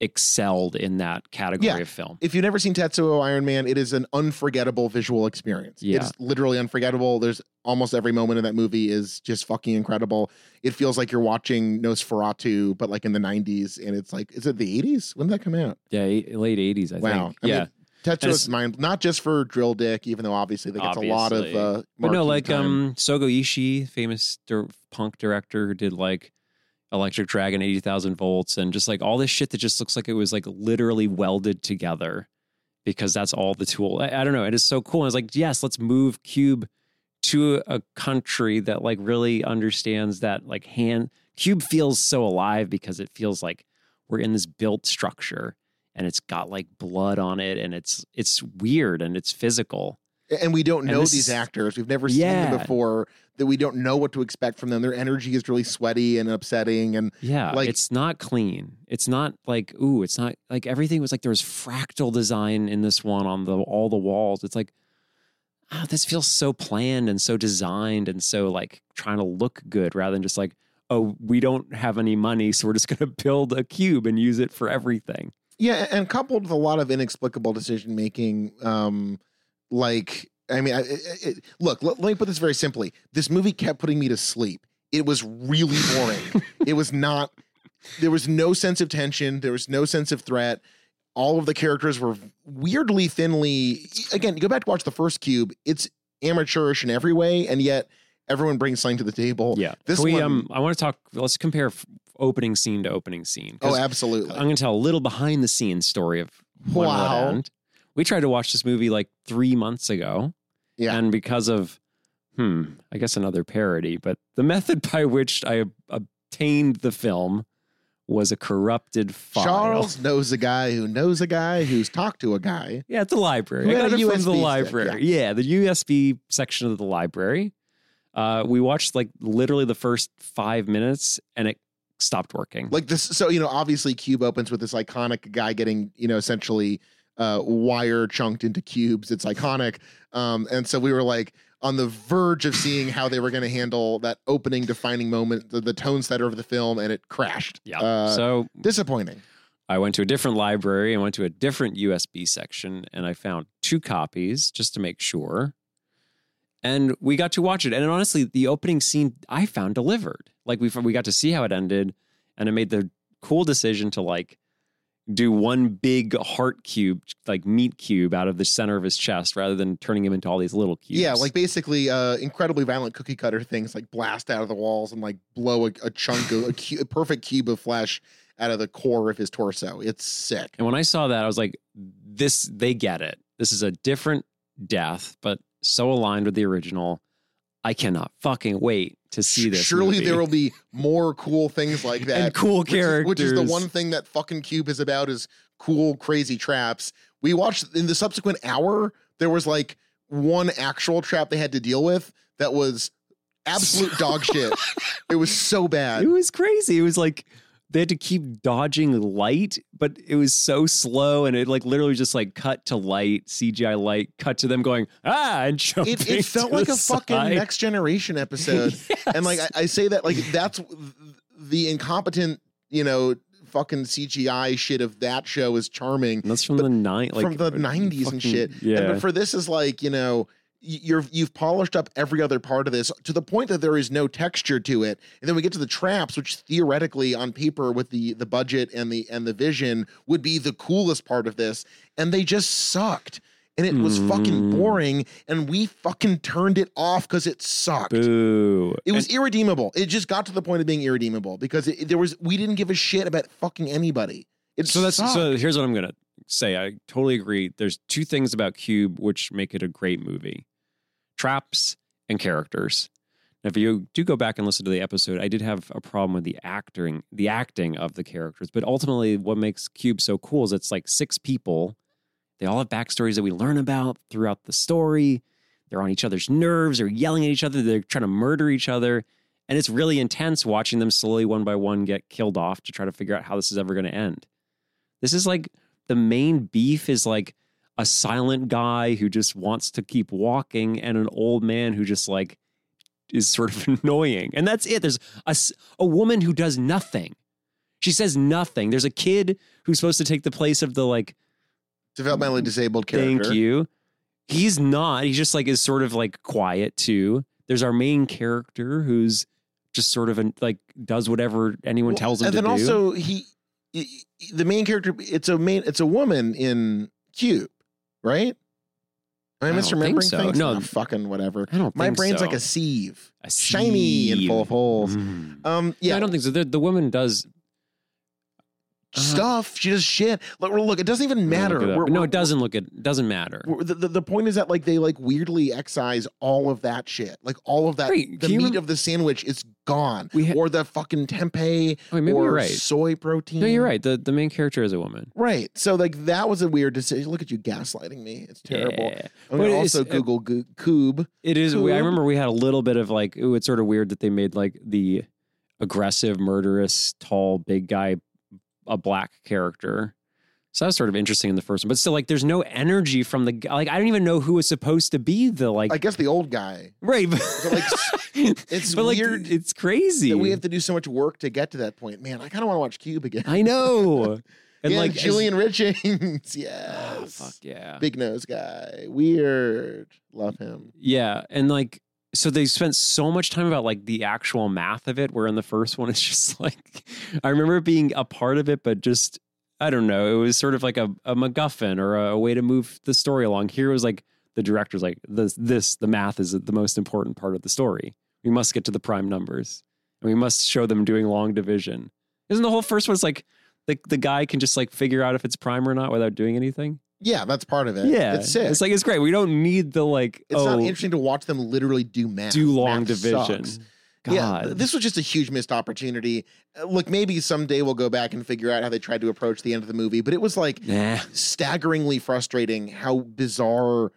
B: excelled in that category
A: Yeah.
B: of film
A: If you've never seen Tetsuo Iron Man, it is an unforgettable visual experience.
B: Yeah.
A: It's literally unforgettable. There's almost every moment in that movie is just fucking incredible. It feels like you're watching Nosferatu, but like in the 90s. And it's like, is it the 80s? When did that come out?
B: yeah eight- late 80s i
A: Wow.
B: think
A: I mean,
B: yeah
A: Tetsuo's
B: it's-
A: mind, not just for Drill Dick, even though obviously they get a lot of.
B: Obviously.
A: Uh,
B: But no,
A: marquee
B: like
A: time.
B: um Sogo Ishii, famous dir- punk director who did like Electric Dragon, eighty thousand volts, and just like all this shit that just looks like it was like literally welded together because that's all the tool. I, I don't know. It is so cool. I was like, yes, let's move Cube to a country that like really understands that like hand Cube feels so alive because it feels like we're in this built structure and it's got like blood on it and it's it's weird and it's physical.
A: and we don't
B: And
A: know
B: this-
A: these actors. We've never seen
B: Yeah.
A: them before. That we don't know what to expect from them. Their energy is really sweaty and upsetting, and
B: Yeah,
A: Like-
B: like it's not clean. It's not like ooh, it's not like everything was like there was fractal design in this one on the all the walls. It's like ah, this feels so planned and so designed and so like trying to look good rather than just like oh, we don't have any money, so we're just going to build a cube and use it for everything.
A: Yeah, a- and coupled with a lot of inexplicable decision making, um, like I mean, I, it, it, look, let, let me put this very simply: this movie kept putting me to sleep. It was really boring. it was not. There was no sense of tension. There was no sense of threat. All of the characters were weirdly thinly. Again, you go back to watch the first Cube. It's amateurish in every way, and yet everyone brings something to the table.
B: Yeah.
A: This
B: Can we,
A: one-
B: um, I want to talk. Let's compare f- opening scene to opening scene. 'cause
A: Oh, absolutely.
B: I'm going to tell a little behind the scenes story of when it would
A: Wow.
B: end. We tried to watch this movie like three months ago.
A: Yeah.
B: And because of, hmm, I guess another parody, but the method by which I ob- obtained the film was a corrupted file.
A: Charles knows a guy who knows a guy who's talked to a guy.
B: Yeah, at the library.
A: Who
B: I
A: had a
B: got it from the
A: USB stick,
B: library. yeah. the USB section of the library. Uh, we watched like literally the first five minutes and it stopped working.
A: Like this, so you know, obviously, Cube opens with this iconic guy getting you know essentially uh, wire chunked into cubes. It's iconic, um, and so we were like on the verge of seeing how they were going to handle that opening defining moment, the, the tone setter of the film, and it crashed.
B: yeah.
A: uh,
B: so
A: disappointing.
B: I went to a different library and went to a different USB section and I found two copies just to make sure. And we got to watch it. And honestly, the opening scene I found delivered. Like we we got to see how it ended and I made the cool decision to like do one big heart cube, like meat cube out of the center of his chest rather than turning him into all these little cubes.
A: Yeah, like basically uh, incredibly violent cookie cutter things like blast out of the walls and like blow a, a chunk of a, cu- a perfect cube of flesh out of the core of his torso. It's sick.
B: And when I saw that, I was like, this, they get it. This is a different death, but so aligned with the original. I cannot fucking wait to see this.
A: Surely
B: movie.
A: there will be more cool things like that.
B: and cool
A: which is-
B: characters.
A: Which is, the one thing that fucking Cube is about is cool, crazy traps. We watched in the subsequent hour, there was like one actual trap they had to deal with that was absolute dog shit. It was so
B: It
A: bad.
B: was crazy. It was like they had to keep dodging light, but it was so slow, and it like literally just like cut to light, CGI light, cut to them going ah and jumping.
A: It, it felt
B: to
A: like
B: the
A: a fucking
B: side.
A: next generation episode. And like I, I say that like that's the incompetent, you know, fucking CGI shit of that show is charming.
B: And that's from
A: but-
B: the night, like
A: from the 90s and shit.
B: Yeah,
A: And but for this is like, you know, y- you're you've polished up every other part of this to the point that there is no texture to it. And then we get to the traps, which theoretically on paper with the the budget and the and the vision would be the coolest part of this. And they just sucked. And it was fucking
B: Mm.
A: boring. And we fucking turned it off because it sucked.
B: boo.
A: It was irredeemable. It just got to the point of being irredeemable because it, there was we didn't give a shit about fucking anybody. It
B: so that's
A: sucked.
B: so here's what i'm gonna say i totally agree there's two things about cube which make it a great movie traps and characters now if you do go back and listen to the episode i did have a problem with the acting the acting of the characters but ultimately what makes cube so cool is it's like six people they all have backstories that we learn about throughout the story they're on each other's nerves they're yelling at each other they're trying to murder each other and it's really intense watching them slowly one by one get killed off to try to figure out how this is ever going to end this is like the main beef is like a silent guy who just wants to keep walking and an old man who just like is sort of annoying. And that's it. There's a, s- a woman who does nothing. She says nothing. There's a kid who's supposed to take the place of the like,
A: developmentally disabled character.
B: thank you. He's not. He's just like is sort of like quiet too. There's our main character who's just sort of an, like does whatever anyone
A: Well,
B: tells him
A: and
B: to
A: then
B: do.
A: also he, he- he- the main character it's a main it's a woman in cube right am i
B: I don't think
A: misremembering
B: so.
A: things
B: No.
A: Ah, fucking whatever
B: I don't.
A: my
B: think
A: brain's
B: so.
A: like a sieve
B: A
A: shiny and full of holes
B: Mm.
A: um
B: Yeah,
A: yeah
B: I don't think so. The, the woman does
A: stuff she does shit look, look it doesn't even matter
B: Look it up.
A: We're-
B: no,
A: we're-
B: it doesn't look. It doesn't matter.
A: we're- the, the, the point is that like they like weirdly excise all of that shit like all of that
B: Wait,
A: the
B: can you
A: meat
B: rem-
A: of the sandwich is gone
B: We ha-
A: or the fucking tempeh
B: Oh, maybe
A: or
B: you're right.
A: soy protein
B: No, you're right. The the main character is a woman.
A: Right. So like that was a weird decision. Look at you gaslighting me. It's terrible.
B: Yeah.
A: I'm
B: But
A: gonna
B: it's-
A: also Google Goo- Coob.
B: It is. we- I
A: Cool.
B: remember we had a little bit of like, ooh, it's sort of weird that they made like the aggressive, murderous, tall, big guy a black character. So that was sort of interesting in the first one, but still, like, there's no energy from the g- like. I don't even know who was supposed to be the like,
A: I guess the old guy.
B: right. But,
A: But, like, it's
B: but, like,
A: weird
B: it's crazy.
A: That we have to do so much work to get to that point. Man, I kind of want to watch Cube again.
B: I know.
A: And like
B: as-
A: Julian Richings,
B: Ah,
A: yes,
B: fuck yeah.
A: big nose guy, weird. Love him.
B: Yeah, and like so they spent so much time about like the actual math of it. Where in the first one, it's just like I remember it being a part of it, but just I don't know. It was sort of like a, a MacGuffin or a, a way to move the story along. Here it was like the director's like this this the math is the most important part of the story. We must get to the prime numbers, and we must show them doing long division. Isn't the whole first one? It's like the the guy can just like figure out if it's prime or not without doing anything.
A: Yeah, that's part of it.
B: Yeah,
A: it's sick.
B: It's
A: It's,
B: like it's great. We don't need the like. oh,
A: not interesting to watch them literally do math.
B: do long
A: Math
B: division.
A: sucks.
B: God.
A: Yeah, th- this was just a huge missed opportunity. Uh, Look, maybe someday we'll go back and figure out how they tried to approach the end of the movie, but it was like
B: nah.
A: staggeringly frustrating how bizarre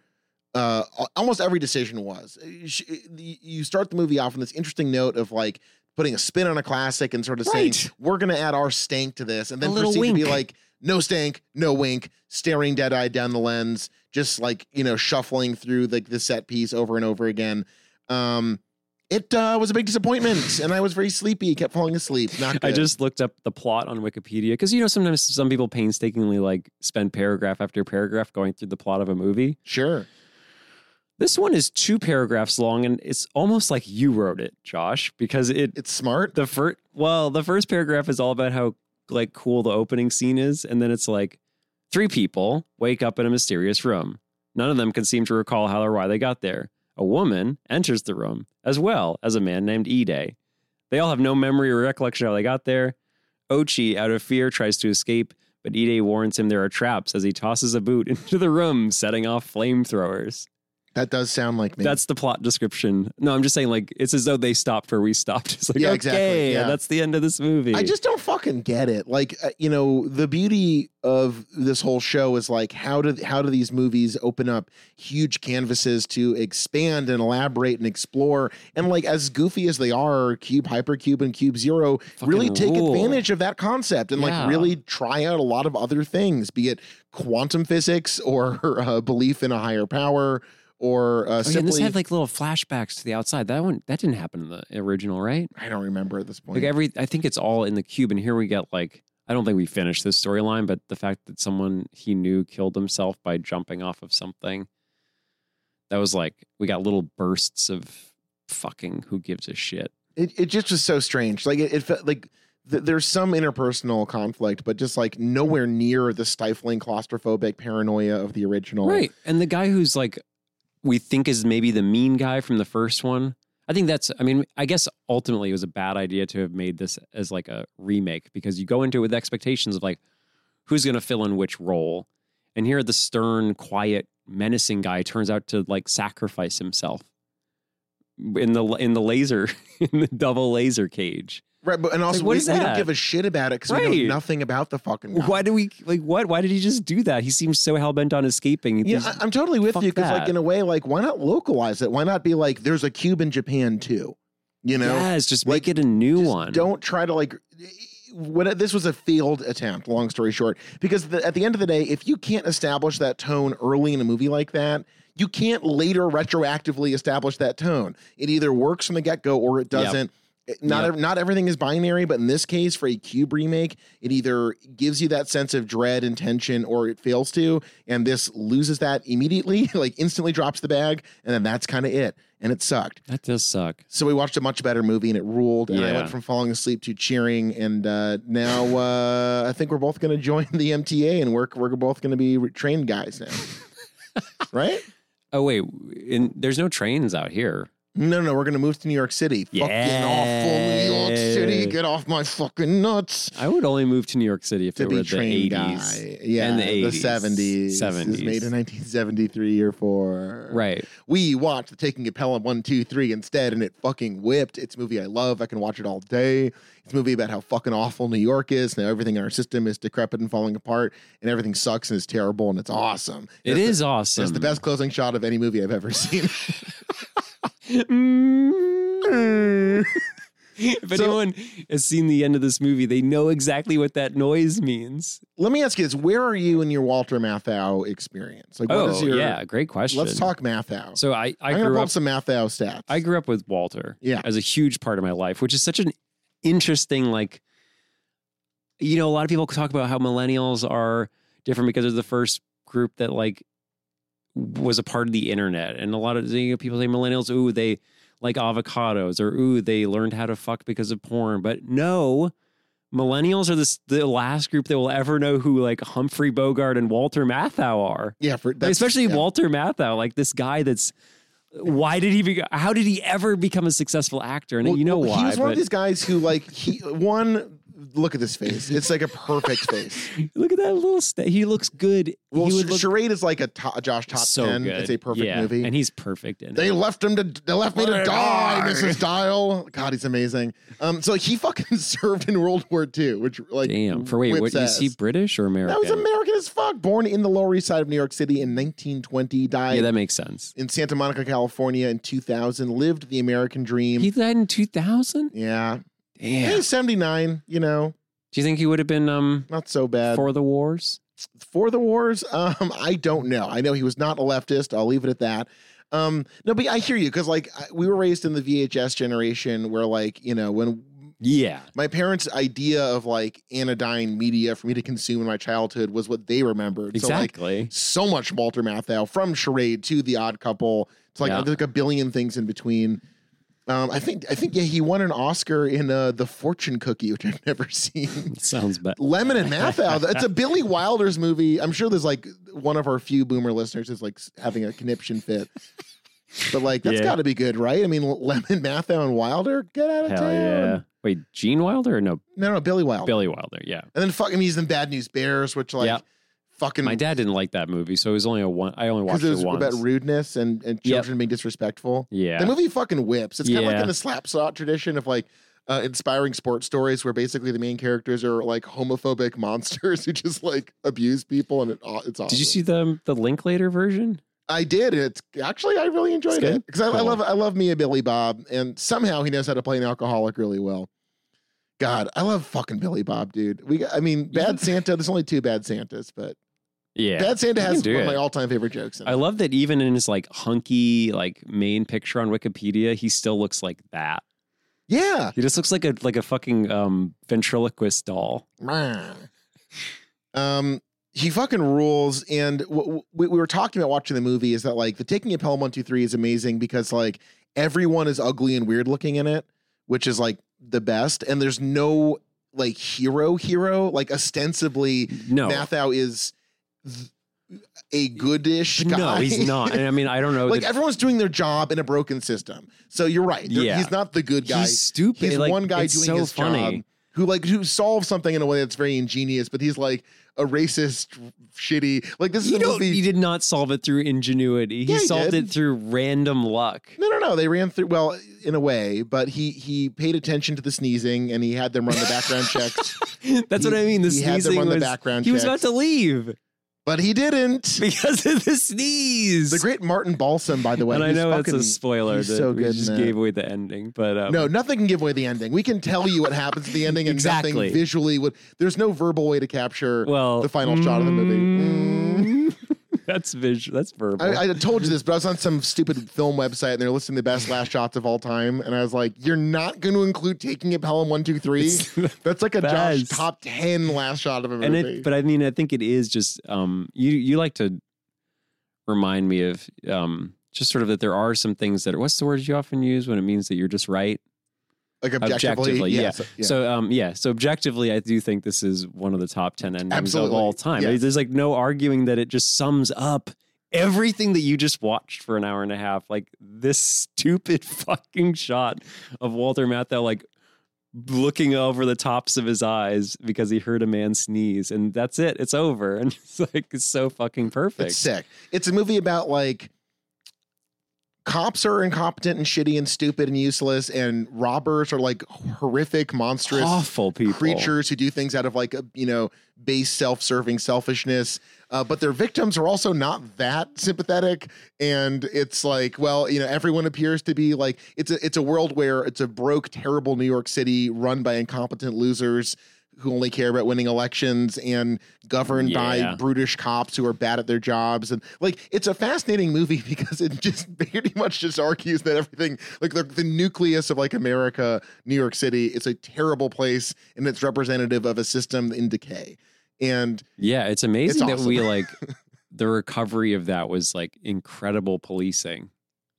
A: uh, al- almost every decision was. Uh, sh- y- You start the movie off on this interesting note of like putting a spin on a classic and sort of
B: Right.
A: saying we're going to add our stank to this, and
B: A
A: then
B: little
A: proceed to be
B: wink.
A: like no stank, no wink, staring dead eyed down the lens, just like you know shuffling through like the set piece over and over again. Um, it uh, was a big disappointment, and I was very sleepy. Kept falling asleep. Not good.
B: I just looked up the plot on Wikipedia because you know sometimes some people painstakingly like spend paragraph after paragraph going through the plot of a movie.
A: sure.
B: This one is two paragraphs long, and it's almost like you wrote it, Josh, because it
A: It's smart.
B: the first well the first paragraph is all about how like cool the opening scene is, and then it's like three people wake up in a mysterious room. None of them can seem to recall how or why they got there. A woman enters the room, as well as a man named Ide. They all have no memory or recollection how they got there. Ochi, out of fear, tries to escape, but Ide warns him there are traps as he tosses a boot into the room, setting off flamethrowers.
A: That does sound like me.
B: That's the plot description. No, I'm just saying, like, it's as though they stopped where we stopped. It's like,
A: Yeah,
B: okay,
A: exactly, yeah.
B: that's the end of this movie.
A: I just don't fucking get it. Like, uh, you know, the beauty of this whole show is like how do how do these movies open up huge canvases to expand and elaborate and explore and like as goofy as they are, Cube Hypercube and Cube Zero
B: Fucking
A: really take
B: rule.
A: advantage of that concept and
B: Yeah.
A: like really try out a lot of other things, be it quantum physics or uh, belief in a higher power or uh,
B: Oh, yeah, and this
A: simply
B: had like little flashbacks to the outside. That one, that didn't happen in the original, right?
A: I don't remember at this point.
B: Like every, I think it's all in the cube. And here we get like, I don't think we finished this storyline, but the fact that someone he knew killed himself by jumping off of something. That was like we got little bursts of fucking who gives a shit.
A: it, it just was so strange. Like it, it felt like th- there's some interpersonal conflict, but just like nowhere near the stifling claustrophobic paranoia of the original.
B: Right. And the guy who's like, we think is maybe the mean guy from the first one. I think that's, I mean, I guess ultimately it was a bad idea to have made this as like a remake because you go into it with expectations of like, who's going to fill in which role. And here the stern, quiet, menacing guy turns out to like sacrifice himself in the in the laser in the double laser cage.
A: Right. But and also
B: what
A: we,
B: is
A: we
B: that?
A: don't give a shit about it because we
B: Right.
A: know nothing about the fucking. guy.
B: Why do we like what? Why did he just do that? He seems so hell bent on escaping.
A: Yeah,
B: He's-
A: I, I'm totally with
B: fuck
A: you because like
B: that.
A: in a way, like why not localize it? Why not be like there's a cube in Japan too? You know,
B: yes, just
A: like,
B: make it a new
A: Just
B: one.
A: Don't try to like. What this was a failed attempt. Long story short, because the, at the end of the day, if you can't establish that tone early in a movie like that, you can't later retroactively establish that tone. It either works from the get go or it doesn't. It- Not
B: Yep.
A: ev- not everything is binary, but in this case, for a Cube remake, it either gives you that sense of dread and tension, or it fails to, and this loses that immediately, like instantly drops the bag, and then that's kind of it, and it sucked.
B: That does suck.
A: So we watched a much better movie and it ruled. And I
B: Yeah.
A: went from falling asleep to cheering. And uh, now uh, I think we're both going to join the MTA and work. We're both going to be re- trained guys now, right?
B: Oh wait, in, there's no trains out here.
A: No, no, we're going to move to New York City. Fucking awful New York City.
B: Yeah.
A: Get off my fucking nuts.
B: I would only move to New York City if
A: To
B: it were
A: be
B: the
A: trained guy,
B: 80s.
A: yeah,
B: and the
A: the
B: 80s,
A: seventies,
B: 70s.
A: made in nineteen seventy three or four,
B: Right.
A: We watched The Taking of Pelham 1, 2, 3 instead, and it fucking whipped. It's a movie I love. I can watch it all day. It's a movie about how fucking awful New York is. Now everything in our system is decrepit and falling apart, and everything sucks and is terrible, and it's awesome.
B: It is awesome.
A: It's the best closing shot of any movie I've ever seen.
B: Mm. if
A: So-
B: anyone has seen the end of this movie, they know exactly what that noise means.
A: Let me ask you this: Where are you in your Walter Matthau experience? Like, what
B: oh,
A: is your?
B: yeah, great question.
A: Let's talk Matthau.
B: So I,
A: I'm
B: I
A: gonna
B: grew
A: pull
B: up
A: up some Matthau stats.
B: I grew up with Walter.
A: Yeah.
B: As a huge part of my life, which is such an interesting, like, you know, a lot of people talk about how millennials are different because they're the first group that, like, was a part of the internet. And a lot of you know, people say millennials, ooh, they like avocados or ooh, they learned how to fuck because of porn. But no, millennials are this, the last group that will ever know who, like, Humphrey Bogart and Walter Matthau are.
A: yeah, for
B: Like,
A: that's,
B: especially
A: yeah.
B: Walter Matthau, like this guy that's why did he be, how did he ever become a successful actor? And
A: Well,
B: you know
A: well, He
B: why?
A: was one
B: But
A: of these guys who, like, he one look at this face. It's like a perfect face.
B: look at that little sta He looks good.
A: Well,
B: he
A: Ch- Charade is like a to- Josh top
B: so
A: ten.
B: good.
A: It's a perfect
B: Yeah,
A: movie.
B: and he's perfect in it.
A: they left him to. They left me
B: Let
A: to
B: her
A: die,
B: die.
A: Mrs. Dial. God, he's amazing. Um, so he fucking served in World War II, which like
B: Damn. For wait,
A: whips
B: what is
A: ass.
B: he British or American?
A: That was American as fuck. Born in the Lower East Side of New York City in 1920, died
B: yeah, that makes sense.
A: in Santa Monica, California in 2000. Lived the American dream.
B: He died in two thousand.
A: yeah,
B: Damn.
A: he's 79. You know,
B: Do you think he would have been um
A: not so bad for,
B: for the wars?
A: the wars. Um, I don't know. I know he was not a leftist. I'll leave it at that. Um, no, but I hear you because like I- we were raised in the VHS generation where like you know when
B: Yeah.
A: my parents' idea of like anodyne media for me to consume in my childhood was what they remembered. So like
B: Exactly.
A: so much Walter Matthau from Charade to The Odd Couple to like
B: Yeah.
A: there's like a billion things in between. Um, I think I think yeah, he won an Oscar in uh, The Fortune Cookie, which I've never seen.
B: Sounds bad.
A: Lemon and Matthau. That's a Billy Wilder's movie. I'm sure there's like one of our few boomer listeners is like s- having a conniption fit. But like that's
B: Yeah.
A: got to be good, right? I mean, Lemon Matthau and Wilder, get out of
B: Hell
A: town.
B: yeah. Wait, Gene Wilder or no
A: No, no, Billy Wilder.
B: Billy Wilder? Yeah.
A: And then fucking he's in Bad News Bears, which like
B: Yeah.
A: fucking
B: My dad didn't like that movie, so it was only a one. I only
A: because
B: watched
A: it
B: it,
A: was
B: once.
A: about rudeness and, and
B: Yep.
A: children being disrespectful.
B: yeah,
A: The movie fucking whips. It's kind of like
B: Yeah.
A: in the slapshot tradition of like uh, inspiring sports stories where basically the main characters are like homophobic monsters who just like abuse people and it, aw- it's awesome.
B: Did you see the the Linklater version?
A: I did. It's actually I really enjoyed
B: good?
A: it because I, I
B: Cool.
A: love I love me a Billy Bob and somehow he knows how to play an alcoholic really well. God, I love fucking Billy Bob, dude. We got- I mean, Bad Santa. There's only two Bad Santas, but
B: Yeah,
A: Bad Santa
B: you can
A: has
B: do
A: one of
B: it.
A: my all-time favorite jokes. In
B: I
A: it.
B: love that even in his like hunky like main picture on Wikipedia, he still looks like that.
A: yeah.
B: He just looks like a like a fucking um ventriloquist doll.
A: Meh. Um, he fucking rules. And what w- we were talking about watching the movie is that like the Taking of Pelham One Two Three is amazing because like everyone is ugly and weird looking in it, which is like the best. And there's no like hero hero like ostensibly
B: No,
A: Mathau is th- a goodish guy.
B: But no, he's not. And I mean, I don't know.
A: like
B: that-
A: everyone's doing their job in a broken system. So you're right. There-
B: Yeah.
A: he's not the good guy
B: he's stupid.
A: he's
B: like,
A: one guy doing
B: it's so
A: his
B: funny.
A: job who like who solves something in a way that's very ingenious, but he's like a racist, shitty. Like this is
B: You
A: a
B: don't.
A: movie.
B: He did not solve it through ingenuity. He
A: Yeah, he
B: solved
A: did.
B: it through random luck.
A: no, no, no. They ran through well in a way, but he he paid attention to the sneezing and he had them run the background checks.
B: That's
A: He-
B: what I mean. The
A: he had them
B: sneezing
A: run the
B: was.
A: background
B: he was
A: checks,
B: about to leave
A: but he didn't.
B: because of the sneeze.
A: The great Martin Balsam, by the way.
B: and I
A: who's
B: know that's a
A: fucking-
B: spoiler.
A: he's
B: that
A: so
B: we
A: good in
B: just
A: that.
B: gave away the ending, but um,
A: No, nothing can give away the ending. We can tell you what happens at the ending, and
B: Exactly.
A: nothing visually would. There's no verbal way to capture
B: Well, Mm.
A: the final shot of the movie.
B: that's visual. That's verbal.
A: I, I told you this, but I was on some stupid film website and they're listing the best last shots of all time, and I was like, "You're not going to include Taking It Pelham One Two Three? That's like a Josh
B: best.
A: top ten last shot of a
B: and
A: movie."
B: it, but I mean, I think it is just um, you. You like to remind me of um, just sort of that there are some things that. What's the word you often use when it means that you're just right?
A: like objectively,
B: objectively, yeah.
A: yes, yeah.
B: So um, yeah. So objectively, I do think this is one of the top ten endings
A: Absolutely.
B: of all time.
A: Yes.
B: There's like no arguing that it just sums up everything that you just watched for an hour and a half. Like this stupid fucking shot of Walter Matthau, like looking over the tops of his eyes because he heard a man sneeze, and that's it. It's over, and it's like it's so fucking perfect.
A: it's sick. It's a movie about like cops are incompetent and shitty and stupid and useless, and robbers are like horrific, monstrous
B: Awful people.
A: creatures who do things out of like a you know base self-serving selfishness uh, but their victims are also not that sympathetic and it's like well you know everyone appears to be like it's a it's a world where it's a broke terrible new york city run by incompetent losers who only care about winning elections and governed by
B: Yeah.
A: brutish cops who are bad at their jobs and like it's a fascinating movie because it just pretty much just argues that everything like the, the nucleus of like america new york city it's a terrible place and it's representative of a system in decay and
B: Yeah, it's amazing
A: awesome.
B: that we like the recovery of that was like incredible policing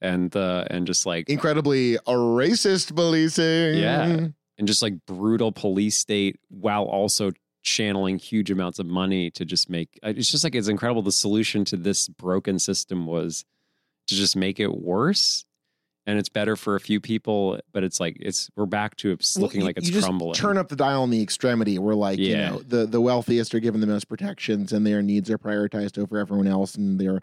B: and the and just like
A: incredibly a racist policing
B: Yeah. and just like brutal police state while also channeling huge amounts of money to just make uh, it's just like it's incredible the solution to this broken system was to just make it worse and it's better for a few people but it's like it's we're back to it's
A: Well,
B: looking
A: you-
B: like it's
A: you just
B: crumbling
A: Turn up the dial on the extremity. We're like,
B: Yeah.
A: you know, the, the wealthiest are given the most protections and their needs are prioritized over everyone else. And they're,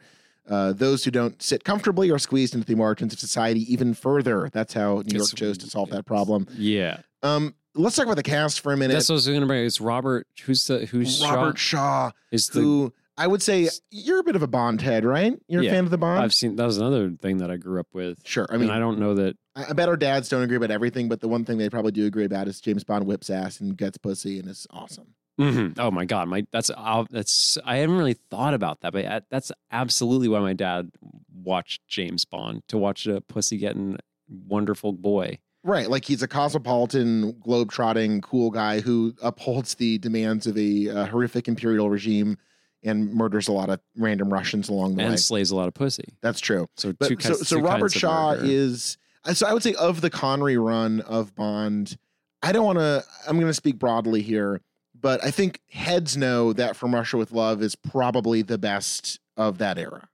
A: uh, those who don't sit comfortably are squeezed into the margins of society even further. That's how New York
B: It's-
A: chose to solve that problem.
B: yeah
A: Um, let's talk about the cast for a minute.
B: that's what I was gonna bring it's Robert who's the who's
A: Robert Shaw,
B: is the
A: who I would say you're a bit of a Bond head, right? You're a
B: Yeah.
A: fan of the Bond?
B: I've seen that was another thing that I grew up with
A: sure. I
B: I
A: mean,
B: mean I don't know that
A: I I bet our dads don't agree about everything, but the one thing they probably do agree about is James Bond whips ass and gets pussy and is awesome.
B: Mhm. Oh my god, my that's uh, that's I haven't really thought about that, but uh, that's absolutely why my dad watched James Bond to watch a pussy getting wonderful boy.
A: Right. Like he's a cosmopolitan, globe-trotting, cool guy who upholds the demands of a uh, horrific imperial regime and murders a lot of random Russians along the way.
B: and slays a lot of pussy.
A: That's true.
B: So
A: But
B: two
A: so,
B: kinds,
A: so
B: two
A: Robert
B: kinds of
A: Shaw
B: murder.
A: is uh, so I would say of the Connery run of Bond, I don't want to. I'm going to speak broadly here, but I think heads know that From Russia with Love is probably the best of that era.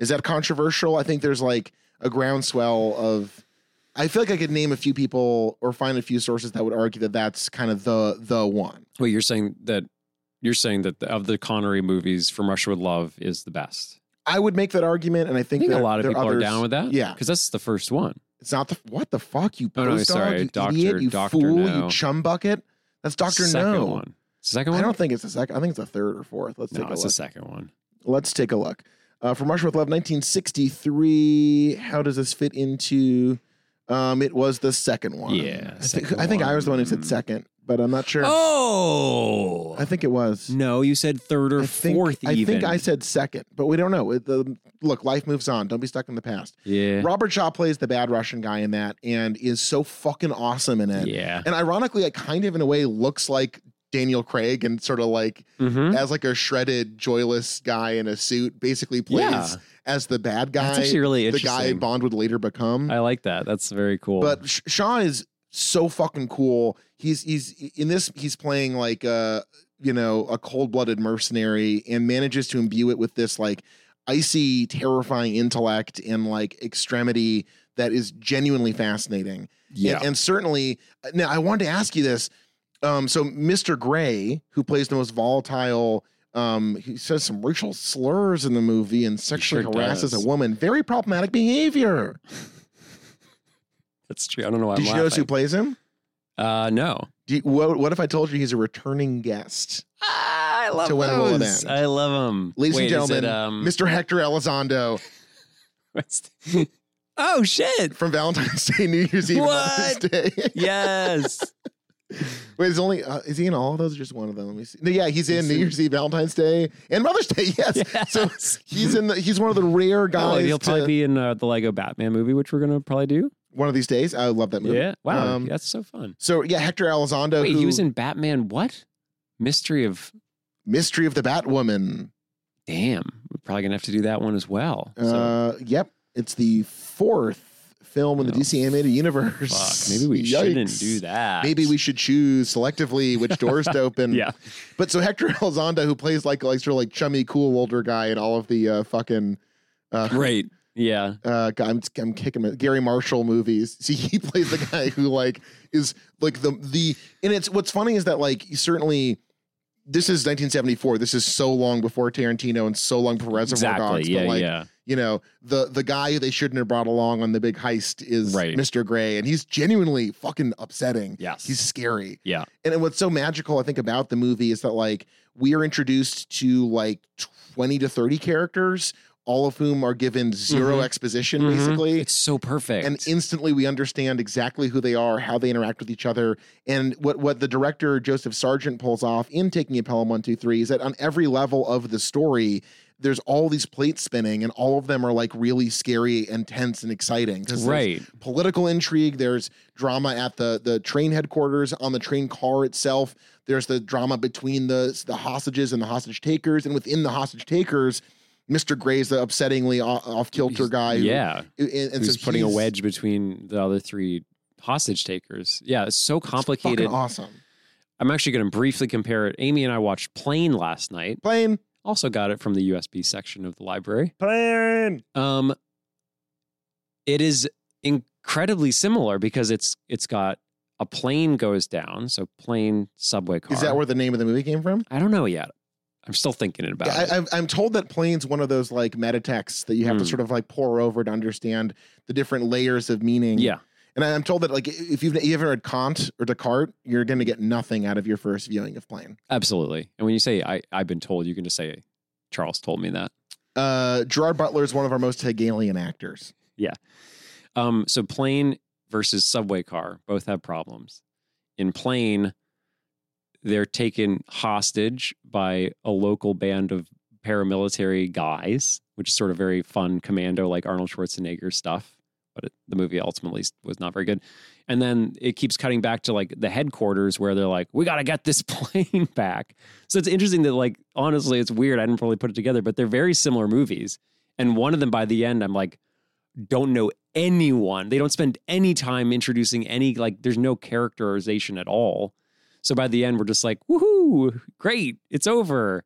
A: Is that controversial? I think there's like a groundswell of. I feel like I could name a few people or find a few sources that would argue that that's kind of the the one.
B: Wait, you're saying that you're saying that the, of the Connery movies, From Russia with Love is the best.
A: I would make that argument, and I
B: I
A: think,
B: think a
A: there-
B: lot of
A: there
B: people are
A: others-
B: down with that.
A: yeah.
B: because that's the first one.
A: It's not the what the fuck you
B: Oh, no,
A: postdog,
B: sorry,
A: you
B: Doctor-
A: idiot, you
B: Doctor
A: fool, you
B: No.
A: chum bucket. That's Doctor
B: second
A: No.
B: one. Second
A: I
B: one.
A: don't think it's the second. I think it's the third or fourth. Let's
B: no,
A: take a
B: it's
A: look.
B: the second one.
A: Let's take a look. Uh, from Russia with Love, 1963. How does this fit into? Um, it was the second one.
B: Yeah,
A: I think,
B: second
A: I think I was the one who said
B: one.
A: second, but I'm not sure.
B: Oh,
A: I think it was.
B: No, you said third or
A: I think,
B: fourth.
A: I
B: even.
A: think I said second, but we don't know. It- the, look, life moves on. Don't be stuck in the past.
B: yeah,
A: Robert Shaw plays the bad Russian guy in that, and is so fucking awesome in it.
B: yeah.
A: And ironically, it kind of in a way looks like Daniel Craig, and sort of like
B: Mm-hmm.
A: as like a shredded, joyless guy in a suit, basically plays
B: Yeah.
A: as the bad
B: That's
A: guy,
B: actually really
A: the guy
B: interesting.
A: Bond would later become.
B: I like that. That's very cool.
A: but Sh- Shaw is so fucking cool. He's he's in this. He's playing like a you know a cold blooded mercenary and manages to imbue it with this like icy, terrifying intellect and like extremity that is genuinely fascinating.
B: yeah,
A: And, and certainly, uh, now I wanted to ask you this. Um, so Mr. Gray, who plays the most volatile, um, he says some racial slurs in the movie and sexually
B: sure
A: harasses
B: does.
A: a woman. Very problematic behavior.
B: that's true. I don't know why.
A: Did
B: I'm
A: you notice who
B: laughing.
A: plays him?
B: Uh, no.
A: Do you- what, what if I told you he's a returning guest?
B: I love
A: To when will it end?
B: I love them,
A: Ladies
B: Wait,
A: and
B: is
A: gentlemen,
B: It, um,
A: Mr. Hector Elizondo
B: what's the- oh shit!
A: from Valentine's Day, New Year's Eve, and Mother's
B: What?
A: Day.
B: Yes.
A: Wait, is only uh, is he in all of those? Or just one of them? Let me see. No, yeah, he's in
B: He's
A: New
B: in-
A: Year's Eve, Valentine's Day, and Mother's Day. Yes. So
B: Yes.
A: he's in. The, he's one of the rare
B: Oh,
A: guys.
B: he'll
A: to-
B: probably be in uh, the Lego Batman movie, which we're gonna probably do.
A: one of these days. I love that movie.
B: Yeah. Wow,
A: Um,
B: that's so fun.
A: So yeah, Hector Elizondo,
B: Wait,
A: who,
B: he was in Batman. What? Mystery of
A: Mystery of the Batwoman.
B: Damn. We're probably gonna have to do that one as well. So,
A: Uh, yep, it's the fourth film in the
B: Oh,
A: DC animated universe.
B: fuck. Maybe we shouldn't
A: Yikes.
B: do that.
A: Maybe we should choose selectively which doors to open.
B: Yeah.
A: But so Hector Elizondo, who plays like like sort of like chummy, cool older guy, and all of the uh, fucking. Uh,
B: Right. Yeah.
A: uh, God, I'm I'm kicking my, Gary Marshall movies. See, he plays the guy who like is like the the and it's what's funny is that like certainly this is 1974. This is so long before Tarantino and so long before Reservoir
B: exactly.
A: Dogs.
B: yeah,
A: but like,
B: yeah.
A: you know, the the guy who they shouldn't have brought along on the big heist is
B: Right.
A: Mr. Gray, and he's genuinely fucking upsetting.
B: Yes.
A: He's scary.
B: Yeah.
A: And then what's so magical, I think, about the movie is that like we are introduced to like 20 to 30 characters, all of whom are given 0
B: Mhm.
A: exposition,
B: Mhm.
A: basically.
B: It's so perfect.
A: and instantly we understand exactly who they are, how they interact with each other, and what what the director Joseph Sargent pulls off in Taking a Pelham One Two Three is that on every level of the story, there's all these plates spinning, and all of them are like really scary and tense and exciting. 'Cause there's
B: right.
A: Political intrigue. There's drama at the the train headquarters, on the train car itself. There's the drama between the the hostages and the hostage takers, and within the hostage takers. Mr. Gray's the upsettingly off kilter guy. who-
B: Yeah.
A: and, and so
B: Who's putting a
A: he's-
B: wedge between the other three hostage takers. Yeah, it's so
A: Fucking
B: complicated.
A: awesome.
B: I'm actually going to briefly compare it. Amy and I watched Plane last night.
A: Plane.
B: Also got it from the USB section of the library.
A: Plane.
B: Um, it is incredibly similar because it's it's got a plane goes down, so plane subway car.
A: Is that where the name of the movie came from?
B: I don't know yet. I'm still thinking about
A: I,
B: it.
A: I've- I'm told that plane's one of those like metatexts that you have to
B: Hmm.
A: sort of like pour over to understand the different layers of meaning.
B: yeah,
A: And I- I'm told that like if you've you haven't read Kant or Descartes, you're going to get nothing out of your first viewing of Plane.
B: absolutely. And when you say I, I've been told, you can just say Charles told me that.
A: Uh, Gerard Butler is one of our most Hegelian actors.
B: Um, so plane versus subway car both have problems. In plane, they're taken hostage by a local band of paramilitary guys, which is sort of very fun commando like Arnold Schwarzenegger stuff. But it, the movie ultimately was not very good. And then it keeps cutting back to like the headquarters where they're like, "We got to get this plane back." So it's interesting that like honestly, it's weird. I didn't really put it together, but they're very similar movies. And one of them by the end, I'm like, don't know anyone. They don't spend any time introducing any like there's no characterization at all. So by the end we're just like, "Woohoo, great, it's over."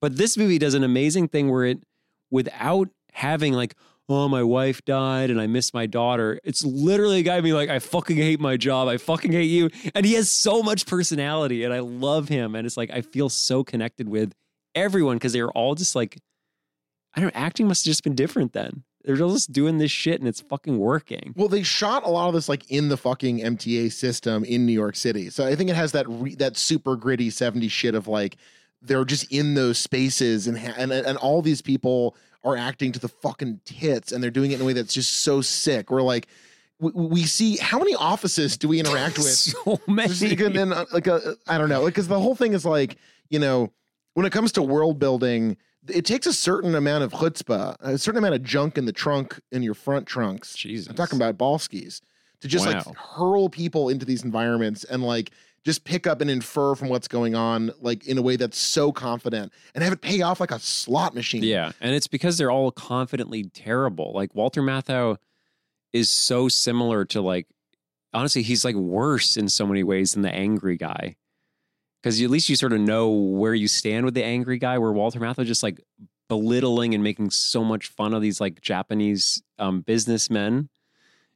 B: But this movie does an amazing thing where it without having like, "Oh, my wife died and I miss my daughter." It's literally a guy being like, "I fucking hate my job. I fucking hate you." And he has so much personality and I love him and it's like I feel so connected with everyone because they're all just like I don't know, acting must have just been different then. They're just doing this shit and it's fucking working.
A: Well, they shot a lot of this like in the fucking MTA system in New York City, so I think it has that re- that super gritty '70s shit of like they're just in those spaces and ha- and and all these people are acting to the fucking tits and they're doing it in a way that's just so sick. We're like, we, we see how many offices do we interact with
B: so
A: Just like,
B: many.
A: and then, uh, like a, I don't know, because the whole thing is like you know when it comes to world building, it takes a certain amount of chutzpah, a certain amount of junk in the trunk in your front trunks.
B: Jesus.
A: I'm talking about ball skis to just
B: Wow.
A: like hurl people into these environments and like just pick up and infer from what's going on like in a way that's so confident and have it pay off like a slot machine.
B: Yeah. And it's because they're all confidently terrible. Like Walter Matthau is so similar to like honestly, he's like worse in so many ways than the angry guy. Cause you- at least you sort of know where you stand with the angry guy, where Walter Matthau just like belittling and making so much fun of these like Japanese um, businessmen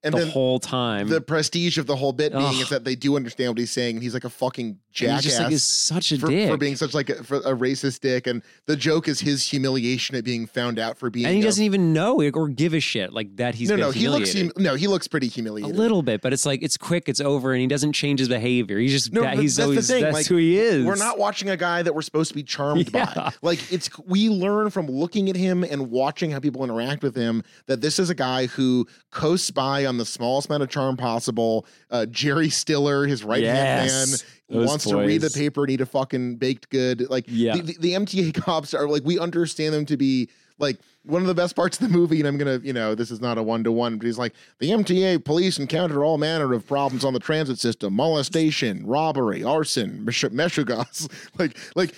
A: and
B: the
A: then.
B: whole time.
A: the prestige of the whole bit being
B: Ugh.
A: is that they do understand what he's saying, and he's like a fucking
B: And
A: jackass.
B: He's just like is such a
A: for,
B: dick
A: for being such like a, for a racist dick, and the joke is his humiliation at being found out for being.
B: and he
A: a-
B: doesn't even know it or give a shit like that he's
A: no,
B: been
A: no, he looks.
B: humiliated.
A: hum- no, he looks pretty
B: a
A: humiliated.
B: little bit, but it's like it's quick, it's over, and he doesn't change his behavior. He's just
A: No,
B: that,
A: but
B: he's
A: that's the
B: always
A: thing,
B: that's
A: like,
B: who he is.
A: We're not watching a guy that we're supposed to be charmed
B: Yeah.
A: by. Like it's we learn from looking at him and watching how people interact with him that this is a guy who coasts by on the smallest amount of charm possible. Uh, Jerry Stiller, his right hand man,
B: Yes. Those
A: wants to read the
B: boys.
A: paper and eat a fucking baked good. Like
B: Yeah.
A: the, the, the MTA cops are like we understand them to be like one of the best parts of the movie. And I'm gonna, you know, this is not a one to one, but he's like the MTA police encounter all manner of problems on the transit system: molestation, robbery, arson, mesh- meshugas. like, like.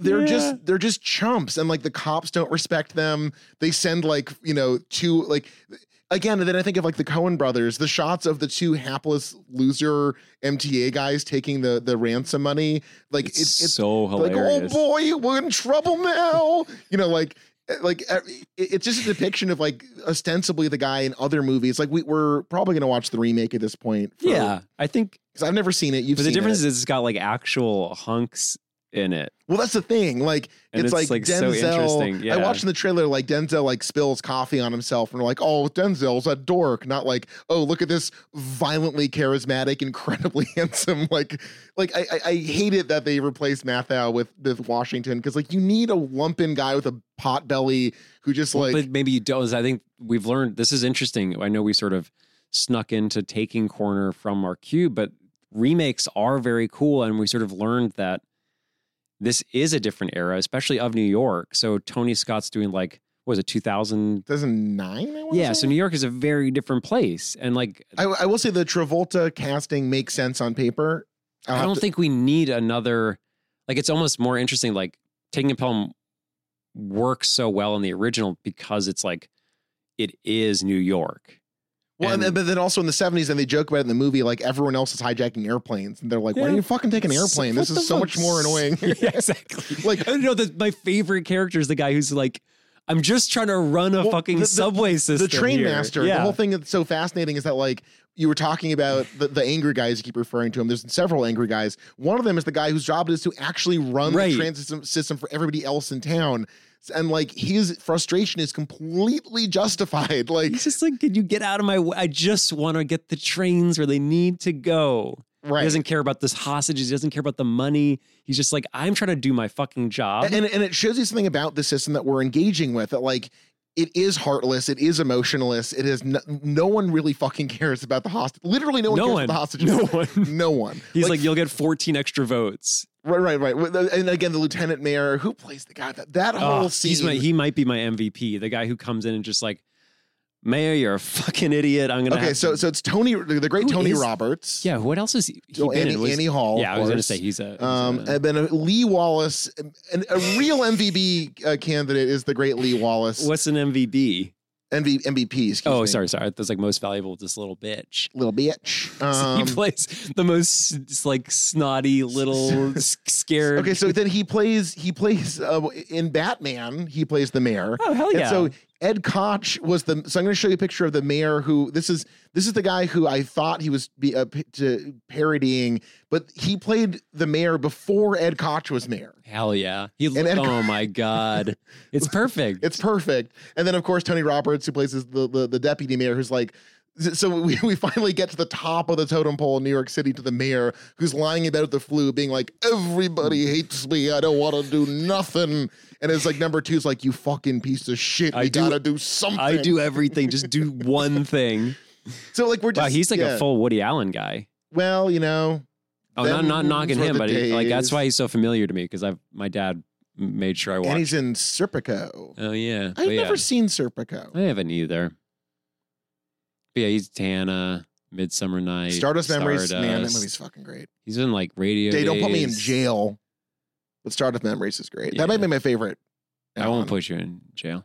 A: They're
B: Yeah.
A: just they're just chumps and like the cops don't respect them. They send like, you know, two like again, and then I think of like the Cohen brothers, the shots of the two hapless loser MTA guys taking the the ransom money. Like
B: It's,
A: it's it's,
B: so
A: like
B: hilarious.
A: oh boy, we're in trouble now. you know, like like uh, it- it's just a depiction of like ostensibly the guy in other movies. Like we we're probably gonna watch the remake at this point.
B: yeah, I think.
A: because I've never seen it. You've
B: But
A: seen
B: the difference
A: it.
B: is it's got like actual hunks in it.
A: Well, that's the thing. Like
B: And
A: it's,
B: it's,
A: like,
B: like, so
A: Denzel.
B: interesting.
A: I
B: Yeah.
A: watched in the trailer like Denzel like spills coffee on himself, and we're like, "Oh, Denzel's a dork." Not like, "Oh, look at this violently charismatic, incredibly handsome." Like, like I, I, I hate it that they replaced Mathau with with Washington because like you need a lumpen guy with a pot belly who just like
B: but maybe you don't. I think we've learned this is interesting. I know we sort of snuck into taking corner from our cue, but remakes are very cool, and we sort of learned that this is a different era, especially of New York. So Tony Scott's doing like what was it two thousand?
A: doesn't nine. I wanna
B: Yeah,
A: say?
B: so New York is a very different place, and like
A: I, I will say the Travolta casting makes sense on paper. I'll
B: I
A: have
B: don't
A: to-
B: think we need another. Like it's almost more interesting. Like taking a Pelham works so well in the original because it's like it is New York.
A: Well, and,
B: And-
A: then but then also in the seventies, and they joke about it in the movie, like everyone else is hijacking airplanes, and they're like, "Why
B: Yeah.
A: don't you fucking take an airplane? This
B: What
A: is
B: the
A: so
B: fuck?
A: much more annoying."
B: yeah, exactly.
A: Like-
B: like I know that my favorite character is the guy who's like, I'm just trying to run a
A: Well,
B: fucking
A: the- the-
B: subway
A: the
B: system.
A: train
B: here.
A: master.
B: Yeah.
A: The whole thing that's so fascinating is that like you were talking about the, the angry guys you keep referring to him. There's several angry guys. One of them is the guy whose job it is to actually run
B: Right.
A: the transit system, system for everybody else in town. And like his frustration is completely justified. Like
B: He's just like, could you get out of my way? I just want to get the trains where they need to go. He
A: right.
B: doesn't care about this hostages. He doesn't care about the money. He's just like, I'm trying to do my fucking job.
A: and and it shows you something about the system that we're engaging with that like it is heartless it is emotionless it is no, no one really fucking cares about the hostage literally no one
B: no
A: cares
B: one.
A: about the hostages
B: No one.
A: No one.
B: He's like, you'll get 14 extra votes.
A: right, right, right. And again, the lieutenant mayor who plays the guy that that whole
B: Oh,
A: scene.
B: he's my, he might be my MVP. The guy who comes in and just like, Mayor, you're a fucking idiot. I'm gonna.
A: okay,
B: have
A: so
B: to-
A: so it's Tony, the great
B: Who
A: Tony
B: is-
A: Roberts.
B: yeah. What else is he
A: Oh,
B: been in?
A: Annie,
B: Was-
A: Annie Hall.
B: yeah,
A: of
B: I was gonna
A: course.
B: say he's a. he's
A: Um,
B: a-
A: and then uh, Lee Wallace, and a real MVB uh, candidate is the great Lee Wallace,
B: what's an MVB?
A: MV, MVP. Excuse
B: Oh,
A: me.
B: sorry, sorry. That's like most valuable. This little bitch.
A: little bitch. Um,
B: he plays the most s- like snotty little s- scared.
A: Okay, so then he plays he plays uh, in Batman. He plays the mayor.
B: oh hell yeah.
A: And so Ed Koch was the. So I'm going to show you a picture of the mayor who this is. This is the guy who I thought he was be, uh, p- to parodying, but he played the mayor before Ed Koch was mayor.
B: hell yeah. He.
A: And Ed-
B: oh my god. It's perfect.
A: It's perfect. And then of course Tony Roberts, who plays the the, the deputy mayor, who's like. So we, we finally get to the top of the totem pole in New York City to the mayor who's lying about the flu, being like,
B: Mm.
A: everybody hates me. I don't want to do nothing. And it's like number two's like, you fucking piece of shit.
B: I
A: You
B: do-
A: gotta do something.
B: I do everything. Just do one thing.
A: So like we're just
B: Wow, he's like
A: yeah.
B: a full Woody Allen guy.
A: Well, you know,
B: Oh,
A: Them
B: not not knocking
A: were
B: him,
A: the
B: but he, like that's
A: days.
B: why he's so familiar to me because I've my dad m- made sure I
A: and
B: watched.
A: he's in Serpico.
B: Oh yeah, But
A: I've
B: yeah.
A: never seen Serpico.
B: I haven't either. But yeah, he's Tana, Midsummer Night,
A: Stardust Memories, man, that
B: Stardust.
A: movie's fucking great.
B: He's in like radio.
A: They don't put me in
B: Days.
A: jail, but Stardust Memories is great.
B: Yeah.
A: That might be my favorite.
B: I won't
A: Um,
B: put you in jail.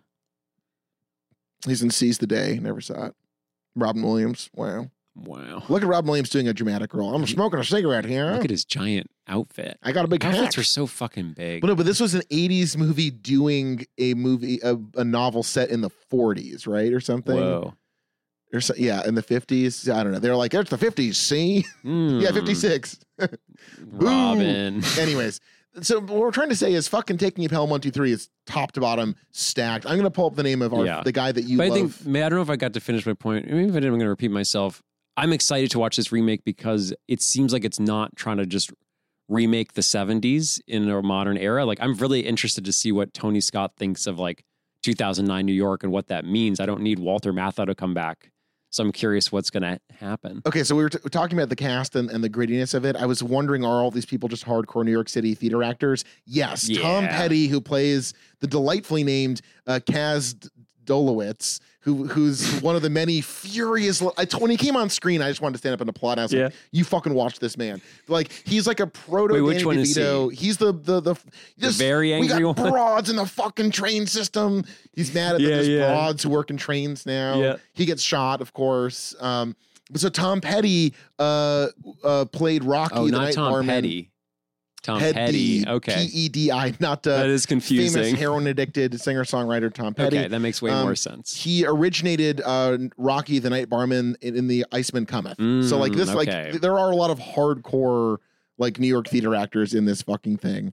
A: He's in Seize the Day. Never saw it. Robin Williams. Wow.
B: Wow,
A: Look at Robin Williams doing a dramatic role. I'm smoking a cigarette here.
B: look at his giant outfit.
A: I got a big hat.
B: Outfits are so fucking big.
A: But no, but this was an '80s movie doing a movie, a, a novel set in the '40s, right, or something,
B: Whoa.
A: or so, yeah, in the '50s. I don't know. They're like, it's the '50s. See, yeah,
B: Mm.
A: '56.
B: Robin.
A: Anyways, so what we're trying to say is fucking taking you Pelham one two three is top to bottom stacked. I'm gonna pull up the name of our
B: Yeah.
A: the guy that you
B: But I
A: love.
B: think man, I don't know if I got to finish my point. Maybe if I didn't, I'm going to repeat myself. I'm excited to watch this remake because it seems like it's not trying to just remake the 70s in a modern era. Like I'm really interested to see what Tony Scott thinks of like 2009 New York and what that means. I don't need Walter Matthau to come back, so I'm curious what's going to happen.
A: okay, so we were, t- we're talking about the cast and, and the grittiness of it. I was wondering, are all these people just hardcore New York City theater actors? Yes. Tom
B: Yeah.
A: Petty, who plays the delightfully named uh, Kaz D- Dolowitz, who who's one of the many furious. li- I t- when he came on screen, I just wanted to stand up and applaud. And I was like, "You fucking watch this man!" Like he's like a proto
B: Wait, which
A: Danny
B: one is he?
A: DeVito. He's the the the,
B: The
A: this-
B: very angry
A: we
B: one.
A: got broads in the fucking train system. He's mad at
B: Yeah,
A: the just
B: yeah.
A: broads who work in trains now.
B: Yeah.
A: He gets shot, of course. Um, but so Tom Petty uh, uh, played Rocky.
B: Oh,
A: the
B: not
A: Night
B: Tom
A: Barman.
B: Petty. Tom
A: Petty.
B: Petty. Okay.
A: P E D I, not
B: that
A: uh,
B: is
A: famous
B: confusing.
A: heroin addicted singer songwriter Tom Petty.
B: Okay, that makes way
A: Um,
B: more sense.
A: He originated uh, Rocky the Night Barman in, in the Iceman Cometh. so like
B: Mm,
A: this, like
B: okay.
A: th- there are a lot of hardcore like New York theater actors in this fucking thing.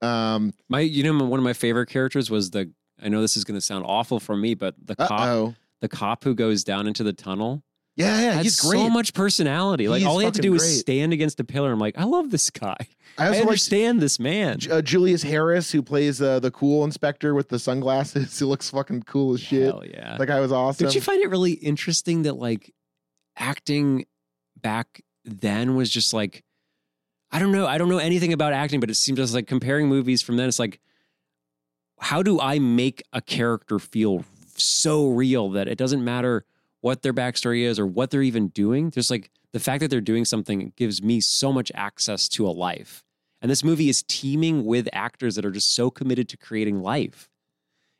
A: Um,
B: My, you know, one of my favorite characters was the. I know this is going to sound awful for me, but the
A: uh
B: cop,
A: oh.
B: the cop who goes down into the tunnel,
A: Yeah, yeah,
B: had
A: he's great.
B: so much personality. Like
A: He's
B: all he had to
A: fucking
B: do was
A: great.
B: stand against a pillar. I'm like, I love this guy.
A: I
B: I
A: also like
B: understand this man.
A: uh, Julius Harris, who plays uh, the cool inspector with the sunglasses. He looks fucking cool as shit.
B: Hell yeah.
A: That guy was awesome.
B: Don't you find it really interesting that like acting back then was just like I don't know, I don't know anything about acting, but it seems just like comparing movies from then, it's like, how do I make a character feel so real that it doesn't matter what their backstory is or what they're even doing? There's like the fact that they're doing something gives me so much access to a life. And this movie is teeming with actors that are just so committed to creating life.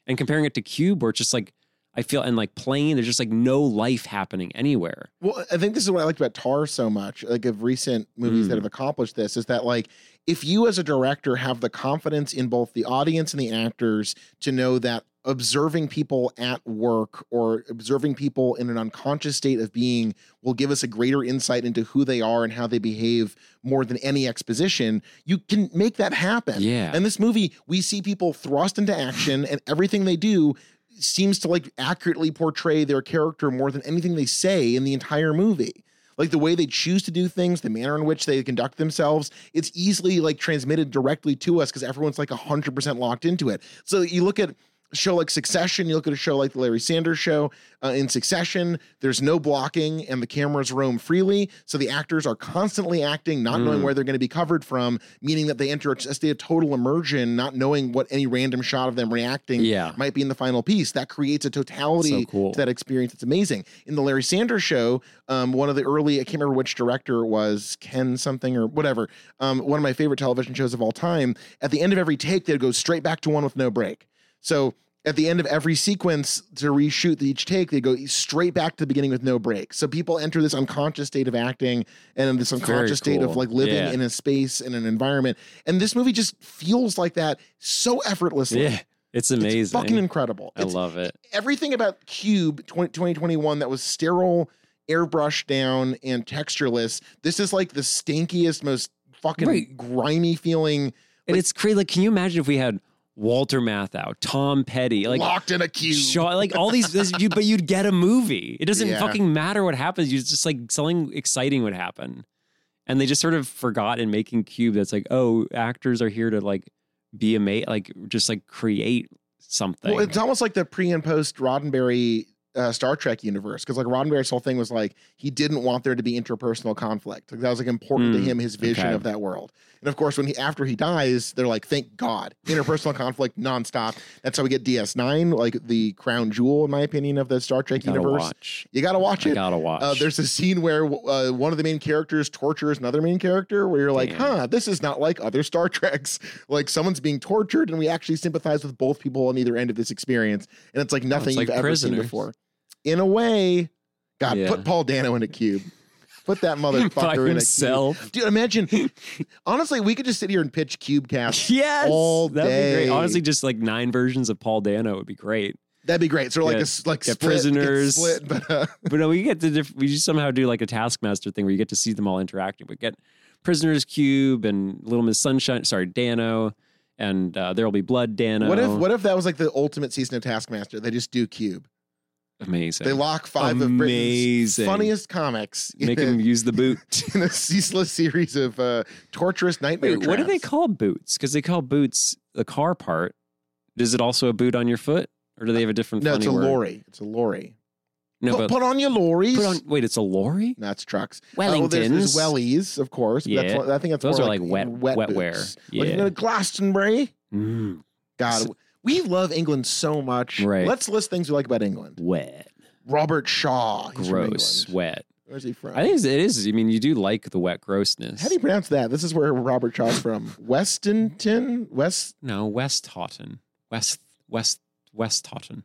B: And comparing it to Cube, where it's just like, I feel, and like Plane, there's just like no life happening anywhere.
A: Well, I think this is what I liked about Tar so much, like of recent movies
B: Mm.
A: that have accomplished this, is that like if you as a director have the confidence in both the audience and the actors to know that observing people at work or observing people in an unconscious state of being will give us a greater insight into who they are and how they behave more than any exposition, you can make that happen.
B: Yeah.
A: In this movie, we see people thrust into action, and everything they do seems to like accurately portray their character more than anything they say in the entire movie. Like the way they choose to do things, the manner in which they conduct themselves, it's easily like transmitted directly to us because everyone's like 100% locked into it. So you look at a show like Succession, you look at a show like the Larry Sanders show uh, in Succession, there's no blocking and the cameras roam freely. So the actors are constantly acting, not knowing
B: Mm.
A: where they're going to be covered from, meaning that they enter a state of total immersion, not knowing what any random shot of them reacting
B: Yeah.
A: might be in the final piece. That creates a totality
B: So cool.
A: to that experience. It's amazing. In the Larry Sanders show, um, one of the early, I can't remember which director it was, Ken something or whatever, um, one of my favorite television shows of all time. At the end of every take, they'd go straight back to one with no break. So at the end of every sequence to reshoot the- each take, they go straight back to the beginning with no break. So people enter this unconscious state of acting and this unconscious state of
B: cool.
A: like living
B: Yeah.
A: in a space in an environment. And this movie just feels like that so effortlessly.
B: Yeah. It's amazing.
A: It's fucking incredible.
B: I
A: It's
B: love it.
A: everything about Cube 20, 2021 that was sterile, airbrushed down, and textureless. This is like the stinkiest, most fucking
B: Right.
A: grimy feeling
B: And
A: Like-
B: it's crazy. Like, can you imagine if we had Walter Matthau, Tom Petty, like
A: locked in a cube.
B: Shaw, like all these, this, you, but you'd get a movie. It doesn't
A: Yeah.
B: fucking matter what happens. You just like something exciting would happen. And they just sort of forgot in making Cube that's like, oh, actors are here to like be a mate, like just like create something.
A: Well, it's almost like the pre and post Roddenberry uh, Star Trek universe because like Roddenberry's whole thing was like he didn't want there to be interpersonal conflict. Like that was like important to
B: Mm,
A: him, his vision
B: okay.
A: of that world. And of course, when he after he dies, they're like, thank God, interpersonal conflict nonstop. That's how we get DS9, like the crown jewel, in my opinion, of the Star Trek
B: gotta
A: universe.
B: watch.
A: You gotta watch
B: I
A: it.
B: gotta watch.
A: Uh, there's a scene where uh, one of the main characters tortures another main character, where you're like,
B: Damn.
A: "Huh, this is not like other Star Treks. Like someone's being tortured, and we actually sympathize with both people on either end of this experience." And it's like nothing
B: like
A: you've ever
B: Prisoners.
A: seen before. In a way, God,
B: Yeah.
A: put Paul Dano in a cube. Put that
B: by
A: motherfucker in a cube.
B: himself.
A: Dude, imagine. honestly, we could just sit here and pitch CubeCast.
B: Yes,
A: All
B: that'd be
A: day.
B: great. Honestly, just like nine versions of Paul Dano would be great.
A: That'd be great. So like
B: Yeah.
A: a s- like
B: Yeah,
A: split, get
B: Prisoners.
A: split, but uh,
B: but no, we get to diff- we just somehow do like a Taskmaster thing where you get to see them all interacting. We get Prisoner's Cube and Little Miss Sunshine. Sorry, Dano, and uh, There'll Be Blood. Dano.
A: what if what if that was like the ultimate season of Taskmaster? They just do Cube.
B: amazing?
A: They lock five of Britain's
B: Amazing.
A: funniest comics in,
B: Make
A: a,
B: him use the boot.
A: in a ceaseless series of uh, torturous nightmare
B: Wait, what do they
A: traps.
B: call boots? Because they call boots the car part. Is it also a boot on your foot, or do they have a different?
A: No,
B: funny
A: it's a
B: word?
A: lorry. It's a lorry.
B: No,
A: put,
B: but
A: put on your lorries.
B: put on. Wait, it's a lorry.
A: No, it's trucks. Oh, well, there's, there's
B: Wellingtons.
A: wellies, of course. but that's
B: Yeah.
A: what- I think that's
B: Those
A: more
B: are like wet- wetware.
A: boots.
B: Yeah.
A: Like, you know, Glastonbury.
B: Mm,
A: God,
B: So-
A: we love England so much.
B: Right.
A: Let's list things we like about England.
B: wet,
A: Robert Shaw. He's from
B: gross,
A: England.
B: wet.
A: Where's he from?
B: I think it is. I mean, you do like the wet grossness.
A: How do you pronounce that? This is where Robert Shaw's from. Westington? West
B: No, West Houghton. West West West Houghton.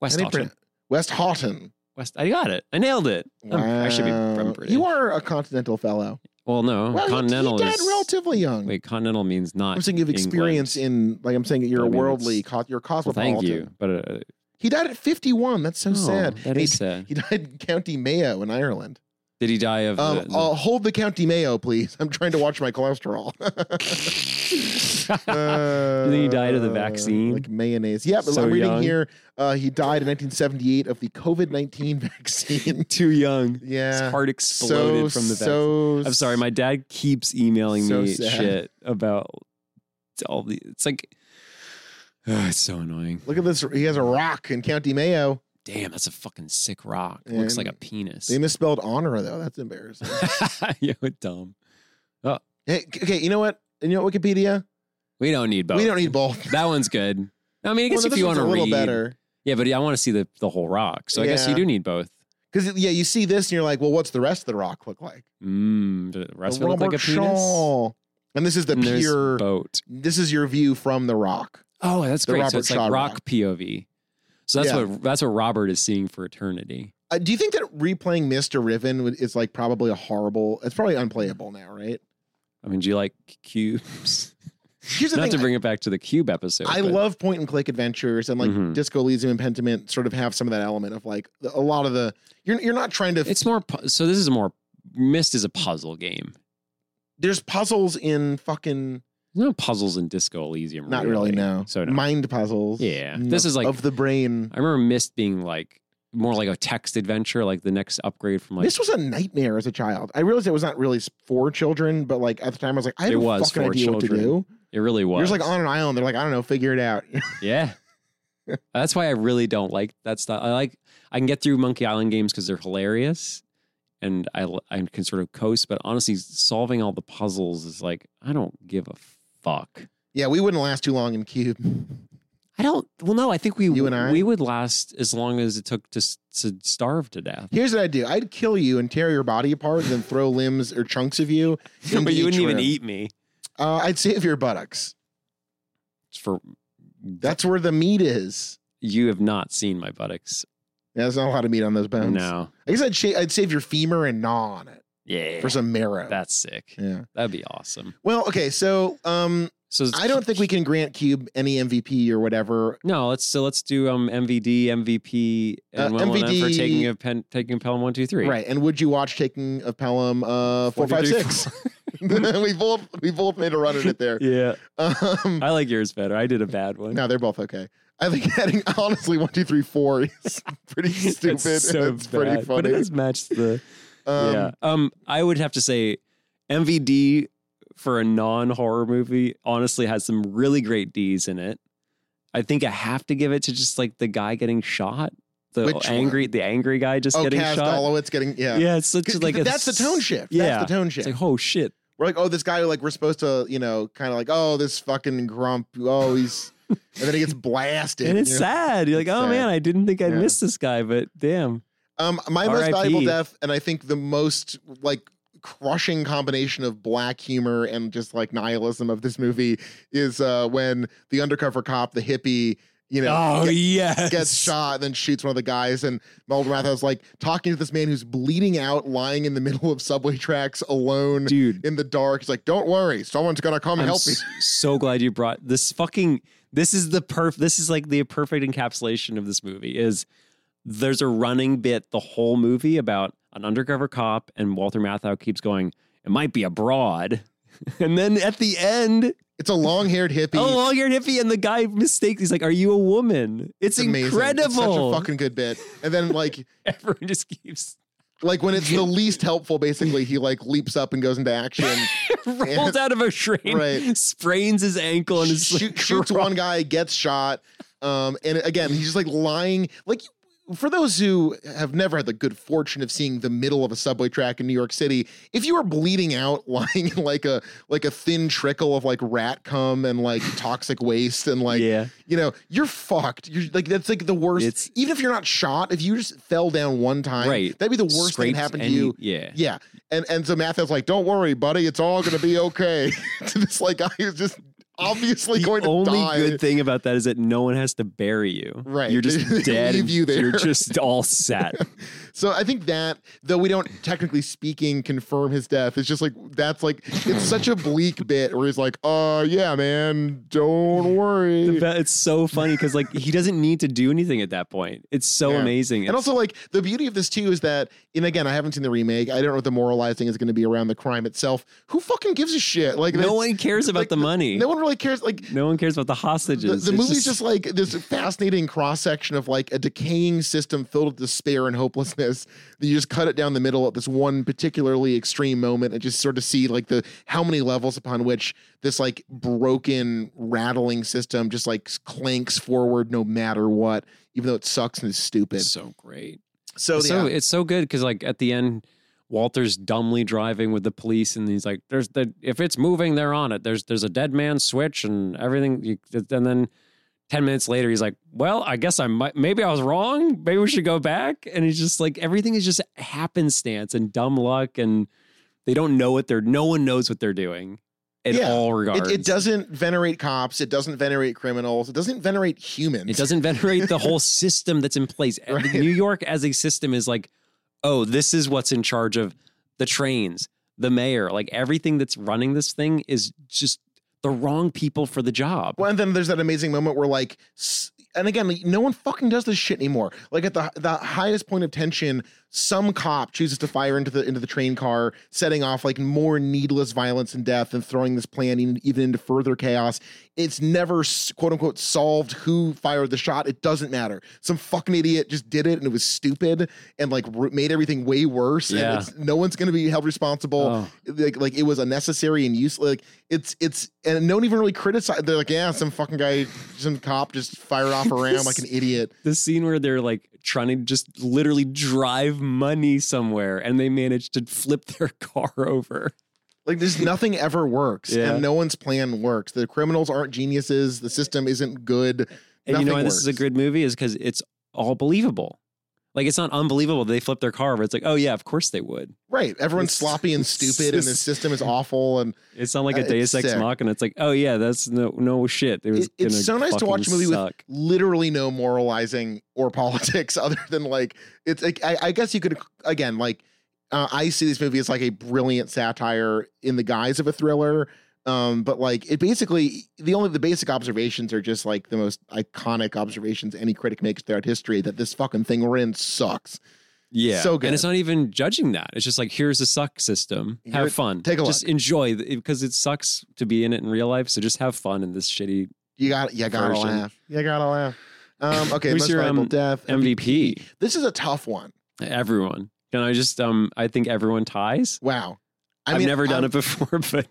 B: West
A: How do you
B: Houghton.
A: pronounce- West Houghton.
B: West. I got it. I nailed it. I'm- Oh, I should be from
A: Wow.
B: British.
A: You are a continental fellow.
B: Well, no,
A: well, he-
B: continental
A: he died
B: is.
A: relatively young.
B: wait, continental means not.
A: I'm saying you've
B: England.
A: experience in, like, I'm saying that you're
B: I
A: a
B: mean,
A: worldly,
B: it's-
A: co- you're a
B: Well,
A: cosmopolitan.
B: thank you, but uh,
A: He died at 51. That's so
B: oh,
A: sad.
B: That
A: he,
B: is sad.
A: he died in County Mayo in Ireland.
B: Did he die of?
A: Um,
B: the- the-
A: I'll hold the County Mayo, please. I'm trying to watch my cholesterol. uh,
B: You think he died of the vaccine?
A: Like mayonnaise. Yeah, but
B: So
A: I'm reading
B: young.
A: here. Uh, he died in 1978 of the COVID 19 vaccine.
B: too young. His
A: yeah.
B: heart exploded from the vaccine.
A: so,
B: I'm sorry, my dad keeps emailing
A: So
B: me
A: sad.
B: shit about all the. It's like, Ugh, it's so annoying.
A: Look at this. He has a rock in County Mayo.
B: Damn, that's a fucking sick rock. It looks like a
A: And
B: penis.
A: They misspelled honor though. That's embarrassing.
B: Yo, dumb.
A: hey, okay, you know what? You know what, Wikipedia?
B: We don't need both.
A: We don't need both.
B: That one's good. I mean, I guess
A: Well, no,
B: if
A: this
B: you want
A: one's a
B: to
A: little
B: read,
A: better.
B: yeah, but I want to see the the whole rock. So I guess you
A: Yeah.
B: do need both.
A: Because yeah, you see this and you're like, well, what's the rest of the rock look like?
B: Mm, does the rest
A: The
B: of it look like a
A: Robert
B: penis.
A: Shaw. And this is the
B: And there's
A: pure.
B: boat.
A: This is your view from the rock.
B: Oh, that's
A: The
B: great.
A: Robert
B: so it's
A: Shaw
B: like rock
A: rock.
B: POV. So that's
A: Yeah.
B: what that's what Robert is seeing for eternity.
A: Uh, do you think that replaying Mister Riven would- is like probably a horrible? It's probably unplayable now, right?
B: I mean, do you like cubes?
A: Here's the
B: Not to
A: thing.
B: bring it back to the cube episode.
A: I
B: but-
A: love point and click adventures and like
B: Mhm.
A: Disco Elysium and Pentiment sort of have some of that element of like a lot of the you're you're not trying to
B: It's more. pu- So this is more. Mist is a puzzle game.
A: there's puzzles in fucking
B: There's no puzzles in Disco Elysium.
A: not really no.
B: So no.
A: mind puzzles
B: Yeah.
A: No-
B: This is like-
A: of the brain
B: I remember Mist being like more like a text adventure, like the next upgrade from like
A: this was a nightmare as a child i realized it was not really s- for children but like at the time i was like i have
B: It
A: no
B: was
A: fucking
B: for
A: idea what
B: children.
A: to do
B: it really was.
A: you're just like on an island they're like i don't know figure it out
B: yeah. That's why I really don't like that stuff. I like I can get through Monkey Island games because they're hilarious, and I I can sort of coast. But honestly, solving all the puzzles is like I don't give a fuck.
A: yeah we wouldn't last too long in cube
B: I don't. Well, no, I think we
A: You and I?
B: we would last as long as it took to s- to starve to death.
A: here's what i'd do i'd kill you and tear your body apart and then throw limbs or chunks of you into
B: but you
A: each
B: wouldn't even
A: room.
B: eat me.
A: uh, i'd save your buttocks
B: For
A: that's where the meat is
B: you have not seen my buttocks.
A: yeah, there's not a lot of meat on those bones
B: No.
A: i guess i'd, sha- I'd save your femur and gnaw on it
B: Yeah.
A: for some marrow
B: That's sick.
A: yeah
B: That'd be awesome.
A: well okay so um
B: So it's-
A: i don't think we can grant cube any mvp or whatever
B: No, let's so let's do um MVD, MVP, and
A: Uh,
B: well done for
A: MVD
B: taking a pen, taking a Pelham one two three.
A: Right. And would you watch Taking of Pelham uh, 456? we both we both made a run at it there.
B: Yeah,
A: Um,
B: I like yours better. I did a bad one.
A: no, they're both okay. I think adding honestly one two three four is pretty stupid.
B: It's so
A: and it's pretty
B: bad, but it
A: funny.
B: does match the
A: um,
B: yeah. Um, I would have to say MVD for a non horror movie honestly has some really great D's in it. I think I have to give it to just like the guy getting shot, the
A: Which
B: angry the angry guy just
A: Oh,
B: getting
A: Kaz
B: shot.
A: Dolowitz getting yeah.
B: yeah, it's such
A: C-
B: like a
A: that's the tone shift.
B: Yeah,
A: That's the tone shift.
B: It's like oh shit,
A: we're like, oh, this guy, like, we're supposed to, you know, kind of like, oh, this fucking grump. Oh, he's, and then he gets blasted.
B: and it's
A: you know?
B: sad. You're like,
A: It's
B: oh
A: sad.
B: man, I didn't think I'd
A: Yeah.
B: miss this guy, but damn.
A: Um, my most
B: R.I.P..
A: valuable death, and I think the most like crushing combination of black humor and just like nihilism of this movie is uh when the undercover cop, the hippie, you know.
B: oh
A: get-
B: yes,
A: Gets shot and then shoots one of the guys, and Mel Rathos like talking to this man who's bleeding out, lying in the middle of subway tracks alone
B: dude.
A: in the dark. He's like, "Don't worry, someone's gonna come
B: I'm
A: help me."
B: s- so glad you brought this fucking. This is the perf. This is like the perfect encapsulation of this movie. Is there's a running bit the whole movie about an undercover cop and Walter Matthau keeps going. It might be a broad, and then at the end,
A: It's a long-haired hippie.
B: oh, long-haired hippie, and the guy mistakes. He's like, "Are you a woman?" It's,
A: It's amazing. It's
B: incredible.
A: such a fucking good bit. And then like
B: Everyone just keeps
A: like when it's the least helpful basically he like leaps up and goes into action
B: rolls out of a train,
A: Right.
B: sprains his ankle, and is
A: shoot,
B: like,
A: shoots one guy gets shot um and again he's just like lying like for those who have never had the good fortune of seeing the middle of a subway track in New York City, if you are bleeding out, lying in like a like a thin trickle of like rat cum and like toxic waste and like
B: yeah.
A: you know, you're fucked. You're like that's like the worst.
B: It's-
A: Even if you're not shot, if you just fell down one time,
B: Right.
A: that'd be the worst thing
B: Scraped
A: that happened to
B: any-
A: you
B: Yeah.
A: Yeah. And and so Matthias like, don't worry, buddy, it's all gonna be okay. to this like guy who's just obviously going
B: the
A: to
B: only
A: die.
B: good thing about that is that no one has to bury you.
A: Right.
B: You're
A: They
B: just dead.
A: leave
B: and
A: you there.
B: You're just all set.
A: So I think that, though we don't technically speaking confirm his death, it's just like that's like it's such a bleak bit where he's like, "Oh yeah, man, don't
B: The
A: worry."
B: be- it's so funny because like he doesn't need to do anything at that point. It's so
A: Yeah.
B: amazing.
A: And also, like the beauty of this too is that, and again, I haven't seen the remake. I don't know what the moralizing is going to be around the crime itself. Who fucking gives a shit? Like
B: no
A: that's-
B: one cares about
A: like,
B: the money.
A: No one really cares. Like
B: No one cares about the
A: the,
B: hostages.
A: the
B: It's
A: movie's just like this fascinating cross section of like a decaying system filled with despair and hopelessness. That you just cut it down the middle at this one particularly extreme moment and just sort of see like the how many levels upon which this like broken rattling system just like clanks forward no matter what, even though it sucks and is stupid.
B: so great.
A: So,
B: It's so it's so good because like at the end, Walter's dumbly driving with the police, and he's like, "There's the if it's moving, they're on it. There's there's a dead man switch and everything." You, and then ten minutes later, he's like, "Well, I guess I might. Maybe I was wrong. Maybe we should go back." And he's just like, everything is just happenstance and dumb luck, and they don't know what they're. No one knows what they're doing in
A: Yeah.
B: all regards.
A: it, it doesn't venerate cops. It doesn't venerate criminals. It doesn't venerate humans.
B: It doesn't venerate the whole system that's in place. And
A: Right.
B: New York as a system is like, oh, this is what's in charge of the trains, the mayor, like everything that's running this thing is just the wrong people for the job.
A: Well, and then there's that amazing moment where like, s- and again, like, no one fucking does this shit anymore. Like at the the highest point of tension, some cop chooses to fire into the into the train car, setting off like more needless violence and death, and throwing this plan in, even into further chaos. It's never s- quote unquote solved who fired the shot. It doesn't matter. Some fucking idiot just did it, and it was stupid, and like ru- made everything way worse.
B: Yeah.
A: And it's, no one's gonna be held responsible
B: Oh,
A: like like it was unnecessary and useless. Like it's it's and no one even really criticized. They're like, yeah, some fucking guy, some cop just fired off around like an idiot.
B: the scene where they're like trying to just literally drive money somewhere and they manage to flip their car over.
A: Like there's nothing ever works,
B: Yeah.
A: and no one's plan works. The criminals aren't geniuses. The system isn't good.
B: And
A: Nothing
B: you know why this is a
A: works.
B: good movie is because it's all believable. Like it's not unbelievable. They flip their car over. It's like, oh yeah, of course they would.
A: Right? Everyone's
B: It's-
A: sloppy and stupid, and the system is awful. And
B: It's not like a
A: Uh, it's
B: Deus Ex
A: sick.
B: Machina. It's like, oh yeah, that's no no shit. It was
A: It- it's
B: gonna
A: so nice to
B: fucking
A: watch a movie with-
B: suck.
A: literally no moralizing or politics other than like it's like I, I guess you could again like uh, I see this movie as like a brilliant satire in the guise of a thriller. Um, but like it basically the only the basic observations are just like the most iconic observations any critic makes throughout history that this fucking thing we're in sucks.
B: yeah,
A: so
B: And it's
A: good.
B: not even judging that. It's just like here's the suck system.
A: Here-
B: Have fun.
A: take a
B: Just enjoy because it sucks to be in it in real life. So just have fun in this shitty
A: You got you gotta
B: Version.
A: laugh. You gotta laugh. Um, okay,
B: Who's
A: most
B: your,
A: valuable
B: um,
A: death.
B: MVP.
A: This is a tough one.
B: Everyone. And I just um I think everyone ties.
A: Wow. I
B: I have
A: mean,
B: never done
A: I'm-
B: it before, but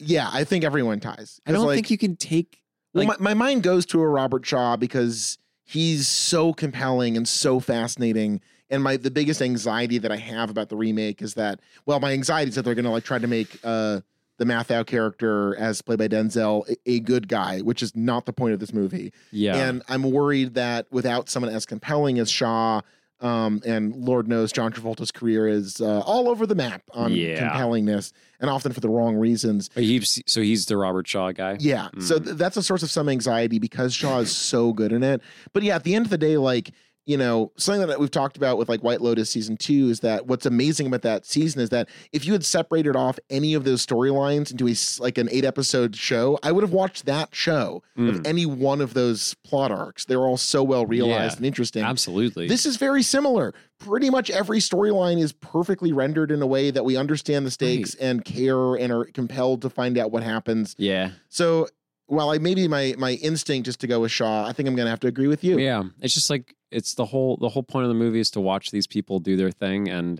A: Yeah, I think everyone ties.
B: I don't
A: 'Cause, like,
B: think you can take.
A: Well,
B: Like-
A: my, my mind goes to a Robert Shaw because he's so compelling and so fascinating. And my the biggest anxiety that I have about the remake is that well, my anxiety is that they're gonna like try to make uh the Mathau character as played by Denzel a, a good guy, which is not the point of this movie.
B: Yeah,
A: And I'm worried that without someone as compelling as Shaw, um, and Lord knows John Travolta's career is uh, all over the map on
B: Yeah.
A: compellingness and often for the wrong reasons.
B: But Oh, he's- so he's the Robert Shaw guy.
A: Yeah. So
B: Mm.
A: th- that's a source of some anxiety because Shaw is so good in it. But yeah, at the end of the day, like, you know, something that we've talked about with like White Lotus season two is that what's amazing about that season is that if you had separated off any of those storylines into a s- like an eight episode show, I would have watched that show
B: Mm,
A: of any one of those plot arcs. They're all so well realized
B: Yeah.
A: and interesting.
B: absolutely.
A: This is very similar. Pretty much every storyline is perfectly rendered in a way that we understand the stakes and care and are compelled to find out what happens.
B: yeah.
A: So while I maybe my my instinct is to go with Shaw, I think I'm gonna have to agree with you.
B: Yeah, it's just like it's the whole the whole point of the movie is to watch these people do their thing, and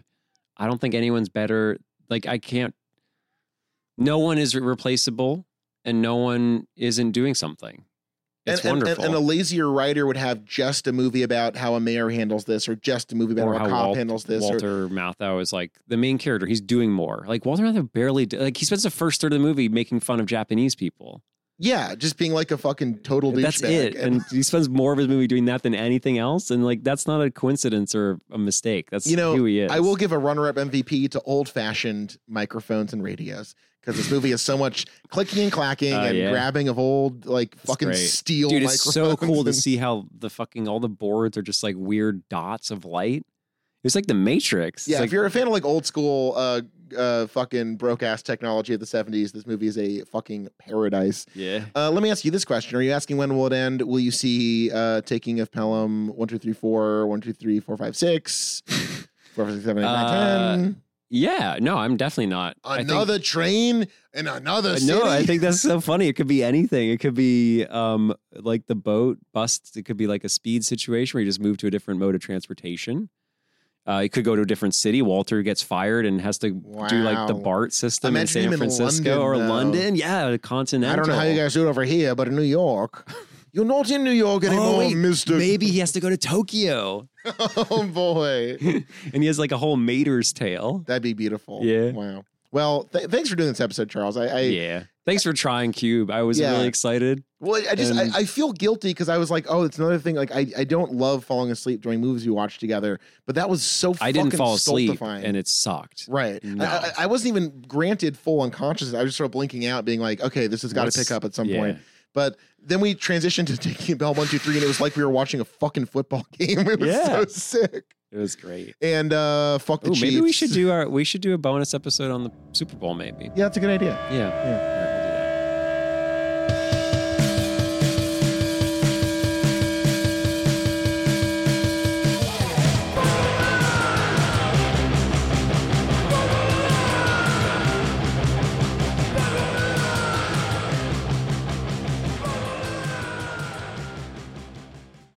B: I don't think anyone's better. Like I can't. No one is replaceable, and no one isn't doing something. It's
A: and, and- and-
B: wonderful.
A: And, a lazier writer would have just a movie about how a mayor handles this, or just a movie about
B: Or
A: how a
B: how
A: cop
B: Walt-
A: handles this. or-
B: Walter Matthau is like the main character. He's doing more. Like Walter Matthau barely did, like he spends the first third of the movie making fun of Japanese people.
A: yeah, just being like a fucking total douchebag.
B: that's it,
A: And,
B: and he spends more of his movie doing that than anything else. And like that's not a coincidence or a mistake. That's
A: You know,
B: who he is.
A: I will give a runner-up MVP to old-fashioned microphones and radios because this movie is so much clicking and clacking
B: Oh,
A: and
B: yeah.
A: grabbing of old like fucking
B: great.
A: steel.
B: Dude, it's so
A: microphones
B: cool to
A: and-
B: see how the fucking all the boards are just like weird dots of light. It's like the Matrix. It's
A: Yeah,
B: like,
A: if you're a fan of like old school, uh, uh, fucking broke ass technology of the '70s, this movie is a fucking paradise.
B: yeah.
A: Uh, let me ask you this question: Are you asking when will it end? Will you see uh, Taking of Pelham one two three four one two three four five six four five six seven eight
B: Uh,
A: nine ten?
B: Yeah, no, I'm definitely not. I think-
A: Another train and another
B: Uh,
A: city.
B: No, I think that's so funny. It could be anything. It could be um like the boat bust. It could be like a speed situation where you just move to a different mode of transportation. Uh, it could go to a different city. Walter gets fired and has to do like the
A: Wow.
B: BART system in
A: Imagine him
B: San
A: in
B: Francisco
A: London,
B: or
A: though.
B: London. Yeah, the continental.
A: I don't know how you guys do it over here, but in New York, you're not in New York
B: Oh,
A: anymore,
B: wait,
A: Mister.
B: Maybe he has to go to Tokyo,
A: oh boy,
B: and he has like a whole Mater's tale.
A: that'd be beautiful.
B: Yeah.
A: Wow. Well, th- thanks for doing this episode, Charles. I, I
B: yeah. Thanks for trying Cube. I was
A: Yeah.
B: really excited.
A: Well, I just
B: And-
A: I, I feel guilty because I was like, oh, it's another thing. Like I, I don't love falling asleep during movies we watch together, but that was so
B: I didn't
A: fucking
B: fall asleep,
A: stultifying.
B: and it sucked.
A: right.
B: No.
A: I, I, I wasn't even granted full unconsciousness. I was just sort of blinking out, being like, okay, this has got to
B: What's-
A: pick up at some
B: yeah.
A: point. But then we transitioned to taking Bell One Two Three, and it was like we were watching a fucking football game. It was
B: Yeah.
A: so sick.
B: It was great.
A: And uh, fuck the
B: Ooh,
A: Chiefs.
B: maybe we should do our we should do a bonus episode on the Super Bowl. Maybe.
A: Yeah, that's a good idea.
B: Yeah. All right.